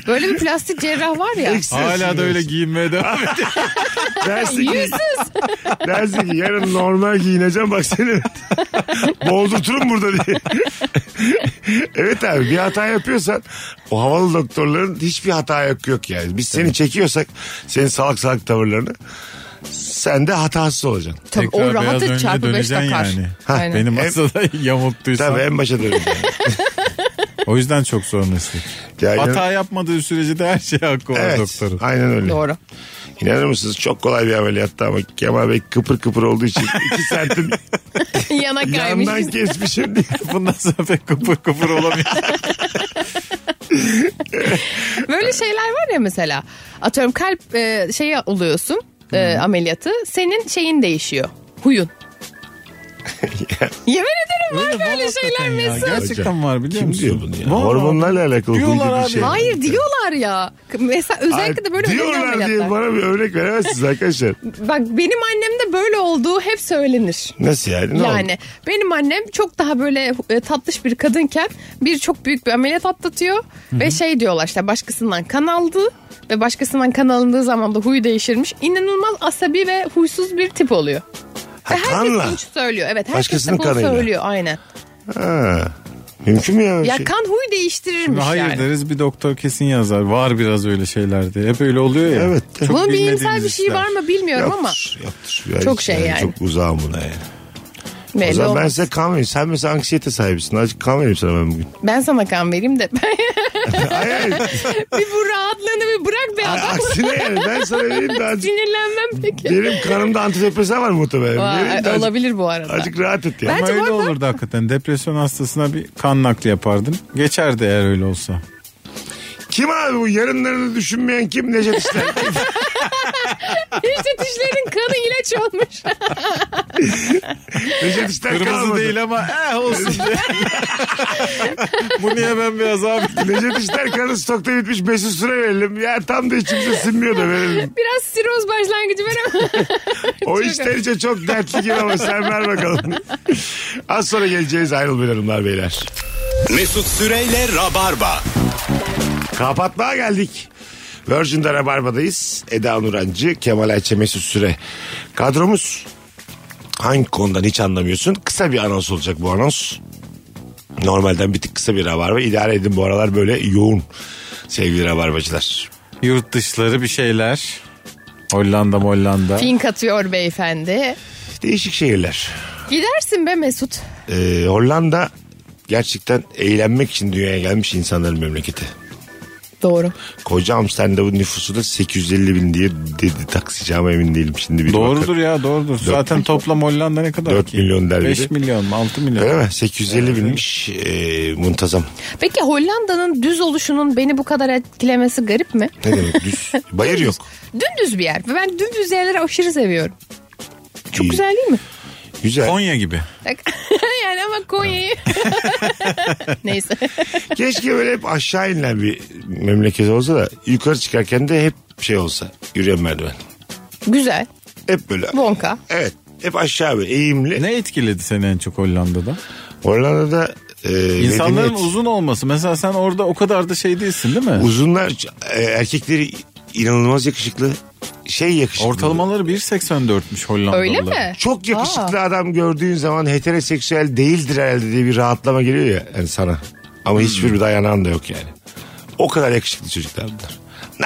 Speaker 4: Böyle bir plastik cerrah var ya.
Speaker 5: Hala da öyle giyinmeye devam ediyor.
Speaker 3: dersin ki, dersin ki yarın normal giyineceğim bak seni. Boğdurturum burada diye. evet abi bir hata yapıyorsan o havalı doktorların hiçbir hata yok yok yani. Biz seni çekiyorsak senin salak salak tavırlarını sen de hatasız olacaksın.
Speaker 4: Tabii, o
Speaker 5: Tekrar beyaz
Speaker 4: rahatı
Speaker 5: önlüğe
Speaker 4: çarpı beş
Speaker 5: döneceksin
Speaker 4: takar.
Speaker 5: yani.
Speaker 4: Aynen.
Speaker 5: Beni masada yamulttuysan.
Speaker 3: Tabii en başa dönüyorum. yani.
Speaker 5: O yüzden çok zor meslek.
Speaker 3: Ya inan-
Speaker 5: Hata yapmadığı sürece de her şeye hakkı var
Speaker 3: Evet.
Speaker 5: doktorun.
Speaker 3: Aynen öyle.
Speaker 4: Doğru.
Speaker 3: İnanır mısınız? Çok kolay bir ameliyattı ama Kemal Bey kıpır kıpır olduğu için iki santim
Speaker 4: Yana kaymış.
Speaker 3: yandan kesmişim diye.
Speaker 5: Bundan sonra pek kıpır kıpır olamıyor.
Speaker 4: Böyle şeyler var ya mesela. Atıyorum kalp e, şeye oluyorsun e, ameliyatı. Senin şeyin değişiyor. Huyun. Yemin ederim var böyle şeyler
Speaker 5: ya.
Speaker 4: Mesut.
Speaker 5: Gerçekten var biliyor
Speaker 3: Kim
Speaker 5: musun?
Speaker 3: diyor bunu ya?
Speaker 5: Var
Speaker 3: Hormonlarla
Speaker 5: abi.
Speaker 3: alakalı
Speaker 5: Diyorlar
Speaker 3: huylu bir
Speaker 5: abi.
Speaker 3: şey.
Speaker 4: Hayır diyorlar ya. Mesela özellikle de böyle
Speaker 3: Ay,
Speaker 4: önemli
Speaker 3: Diyorlar diye
Speaker 4: ameliyatlar.
Speaker 3: bana bir örnek veremezsiniz arkadaşlar.
Speaker 4: Bak benim annemde böyle olduğu hep söylenir.
Speaker 3: Nasıl yani? Ne
Speaker 4: yani
Speaker 3: oldu?
Speaker 4: benim annem çok daha böyle e, tatlış bir kadınken bir çok büyük bir ameliyat atlatıyor ve şey diyorlar işte başkasından kan aldı ve başkasından kan alındığı zaman da huyu değişirmiş. İnanılmaz asabi ve huysuz bir tip oluyor.
Speaker 3: Ha,
Speaker 4: ve herkes
Speaker 3: kanla.
Speaker 4: bunu söylüyor. Evet herkes
Speaker 3: Başkasının
Speaker 4: de bunu
Speaker 3: kanıyla.
Speaker 4: söylüyor aynen.
Speaker 3: Ha. Mümkün mü ya? öyle
Speaker 4: Ya
Speaker 3: şey?
Speaker 4: kan huy değiştirirmiş
Speaker 5: Hayır
Speaker 4: yani.
Speaker 5: deriz bir doktor kesin yazar. Var biraz öyle şeyler diye. Hep öyle oluyor ya.
Speaker 3: Evet.
Speaker 5: Çok
Speaker 4: Bunun bir
Speaker 5: bilmediğimiz
Speaker 4: imsal bir şeyi
Speaker 5: işler.
Speaker 4: var mı bilmiyorum ama
Speaker 3: Yoktur, yoktur. Ya
Speaker 4: Çok
Speaker 3: hiç
Speaker 4: şey yani.
Speaker 3: Çok uzağım buna yani. O
Speaker 4: belli
Speaker 3: zaman ben
Speaker 4: olmaz.
Speaker 3: size kan vereyim. Sen mesela anksiyete sahibisin. Azıcık kan vereyim sana ben bugün.
Speaker 4: Ben sana kan vereyim de
Speaker 3: Hayır hayır.
Speaker 4: bir bu rahatlığını bir bırak be adam.
Speaker 3: Aksine yani. Ben sana vereyim de azıcık.
Speaker 4: Sinirlenmem peki.
Speaker 3: Benim kanımda antidepresan var muhtemelen.
Speaker 4: Vay,
Speaker 3: Vereyim de azıcık-
Speaker 4: olabilir bu arada.
Speaker 3: Azıcık rahat et ya.
Speaker 4: Ben-
Speaker 5: Ama
Speaker 4: Bence bu
Speaker 5: öyle
Speaker 4: arada-
Speaker 5: olurdu hakikaten. Depresyon hastasına bir kan nakli yapardın. Geçerdi eğer öyle olsa.
Speaker 3: Kim abi bu yarınlarını düşünmeyen kim Necdet İşler?
Speaker 4: İşte dişlerin kanı ilaç olmuş.
Speaker 3: Necdet İşler
Speaker 5: Kırmızı
Speaker 3: E, kalmadı.
Speaker 5: değil ama eh olsun diye. Bu niye ben beyaz abi?
Speaker 3: Necdet İşler kanı stokta bitmiş Mesut Süre verelim. Ya tam da içimize sinmiyor da verelim.
Speaker 4: Biraz siroz başlangıcı var ama.
Speaker 3: O işler için çok dertli gibi ama sen ver bakalım. Az sonra geleceğiz ayrılmayın hanımlar beyler.
Speaker 2: Mesut Süreyle Rabarba.
Speaker 3: Kapatmaya geldik. Virgin'de Rabarba'dayız. Eda Nurancı, Kemal Ayçe, Mesut Süre. Kadromuz hangi konudan hiç anlamıyorsun? Kısa bir anons olacak bu anons. Normalden bir tık kısa bir Rabarba. İdare edin bu aralar böyle yoğun sevgili Rabarbacılar.
Speaker 5: Yurt dışları bir şeyler. Hollanda Hollanda.
Speaker 4: Fink atıyor beyefendi.
Speaker 3: Değişik şehirler.
Speaker 4: Gidersin be Mesut.
Speaker 3: Ee, Hollanda gerçekten eğlenmek için dünyaya gelmiş insanların memleketi.
Speaker 4: Doğru.
Speaker 3: Kocam sen de bu nüfusu da 850 bin diye dedi taksici ama emin değilim şimdi. Bir
Speaker 5: Doğrudur
Speaker 3: bakarım.
Speaker 5: ya doğrudur. Zaten toplam Hollanda ne kadar
Speaker 3: Dört
Speaker 5: ki?
Speaker 3: milyon der
Speaker 5: 5
Speaker 3: biri.
Speaker 5: milyon mu 6 milyon.
Speaker 3: Öyle mi? Şey- 850 binmiş e, muntazam.
Speaker 4: Peki Hollanda'nın düz oluşunun beni bu kadar etkilemesi garip mi?
Speaker 3: Ne demek düz? Bayır yok.
Speaker 4: Dümdüz bir yer. Ve ben dümdüz yerleri aşırı seviyorum. Çok
Speaker 3: İyi.
Speaker 4: güzel değil mi?
Speaker 3: Güzel.
Speaker 5: Konya gibi.
Speaker 4: yani ama Konya'yı. Neyse.
Speaker 3: Keşke böyle hep aşağı inilen bir memleket olsa da yukarı çıkarken de hep şey olsa yürüyen merdiven.
Speaker 4: Güzel.
Speaker 3: Hep böyle.
Speaker 4: Bonka.
Speaker 3: Evet. Hep aşağı böyle eğimli.
Speaker 5: Ne etkiledi seni en çok Hollanda'da?
Speaker 3: Hollanda'da e,
Speaker 5: İnsanların
Speaker 3: medeniyet-
Speaker 5: uzun olması. Mesela sen orada o kadar da şey değilsin değil mi?
Speaker 3: uzunlar e, erkekleri inanılmaz yakışıklı şey yakışıklı.
Speaker 5: Ortalamaları 1.84'müş Hollandalılar.
Speaker 4: Öyle mi?
Speaker 3: Çok yakışıklı adam gördüğün zaman heteroseksüel değildir herhalde diye bir rahatlama geliyor ya yani sana. Ama hiçbir dayanan da yok yani. O kadar yakışıklı çocuklar bunlar.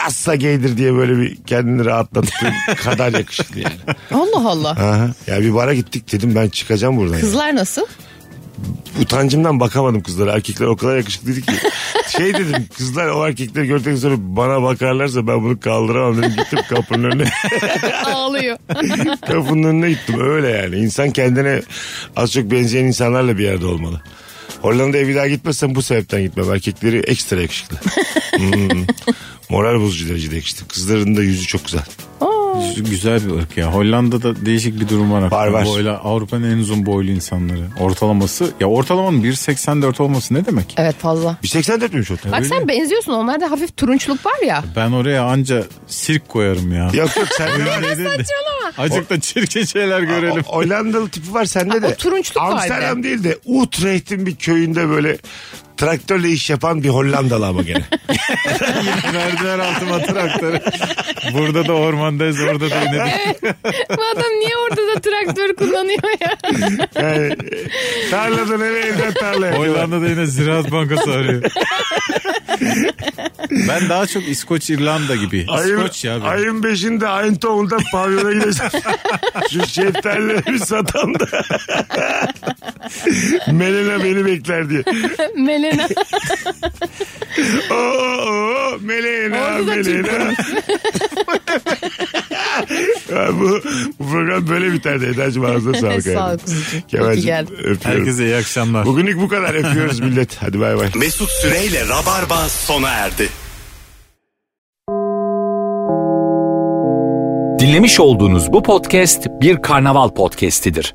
Speaker 3: Nasılsa gaydir diye böyle bir kendini rahatlattığın kadar yakışıklı yani.
Speaker 4: Allah Allah.
Speaker 3: Aha. Ya bir bara gittik dedim ben çıkacağım buradan. ya.
Speaker 4: Kızlar nasıl?
Speaker 3: Utancımdan bakamadım kızlara. Erkekler o kadar yakışıklıydı ki. Şey dedim kızlar o erkekleri gördükten sonra bana bakarlarsa ben bunu kaldıramam dedim. Gittim kapının önüne.
Speaker 4: Ağlıyor.
Speaker 3: Kapının önüne gittim öyle yani. İnsan kendine az çok benzeyen insanlarla bir yerde olmalı. Hollanda'ya bir daha gitmezsen bu sebepten gitmem. Erkekleri ekstra yakışıklı. Hmm. Moral bozucu derecede yakışıklı. Kızların da yüzü çok güzel.
Speaker 5: Güzel bir ırk ya. Hollanda'da değişik bir durum var. hakikaten.
Speaker 3: var.
Speaker 5: Boyla, Avrupa'nın en uzun boylu insanları. Ortalaması ya ortalamanın 1.84 olması ne demek?
Speaker 4: evet fazla.
Speaker 3: Bir 84 müymüş o?
Speaker 4: Bak sen benziyorsun. Onlarda hafif turunçluk var ya.
Speaker 5: Ben oraya anca sirk koyarım ya.
Speaker 3: Yok yok sende var.
Speaker 4: Saçmalama.
Speaker 5: Azıcık da çirkin şeyler görelim.
Speaker 3: O- Hollandalı tipi var sende
Speaker 4: Ha,
Speaker 3: de.
Speaker 4: o turunçluk var
Speaker 3: Amsterdam değil de Utrecht'in bir köyünde böyle traktörle iş yapan bir Hollandalı ama gene.
Speaker 5: Merdiven altıma traktörü. Burada da ormandayız orada da inedik.
Speaker 4: Bu adam niye orada da traktör kullanıyor ya?
Speaker 3: Yani, tarladan eve evden tarlaya.
Speaker 5: Hollanda'da yine Ziraat Bankası arıyor. ben daha çok İskoç İrlanda gibi.
Speaker 3: Ayın,
Speaker 5: İskoç ya benim.
Speaker 3: ayın beşinde Eindhoven'da pavyona gideceğim. Şu şeftalileri satan da. Melena beni bekler diye.
Speaker 4: Melena.
Speaker 3: Oo, oo, Melena,
Speaker 4: Orada da
Speaker 3: Melena. Ya bu, bu program böyle biterdi. Eda'cığım ağzına sağlık.
Speaker 4: Sağ ol
Speaker 3: hayatım.
Speaker 4: kuzucuğum. İyi ki
Speaker 3: Kemal'cim
Speaker 4: geldin.
Speaker 3: öpüyorum.
Speaker 5: Herkese iyi akşamlar.
Speaker 3: Bugünlük bu kadar öpüyoruz millet. Hadi bay bay.
Speaker 2: Mesut Süreyle Rabarba sona erdi.
Speaker 1: Dinlemiş olduğunuz bu podcast bir karnaval podcastidir.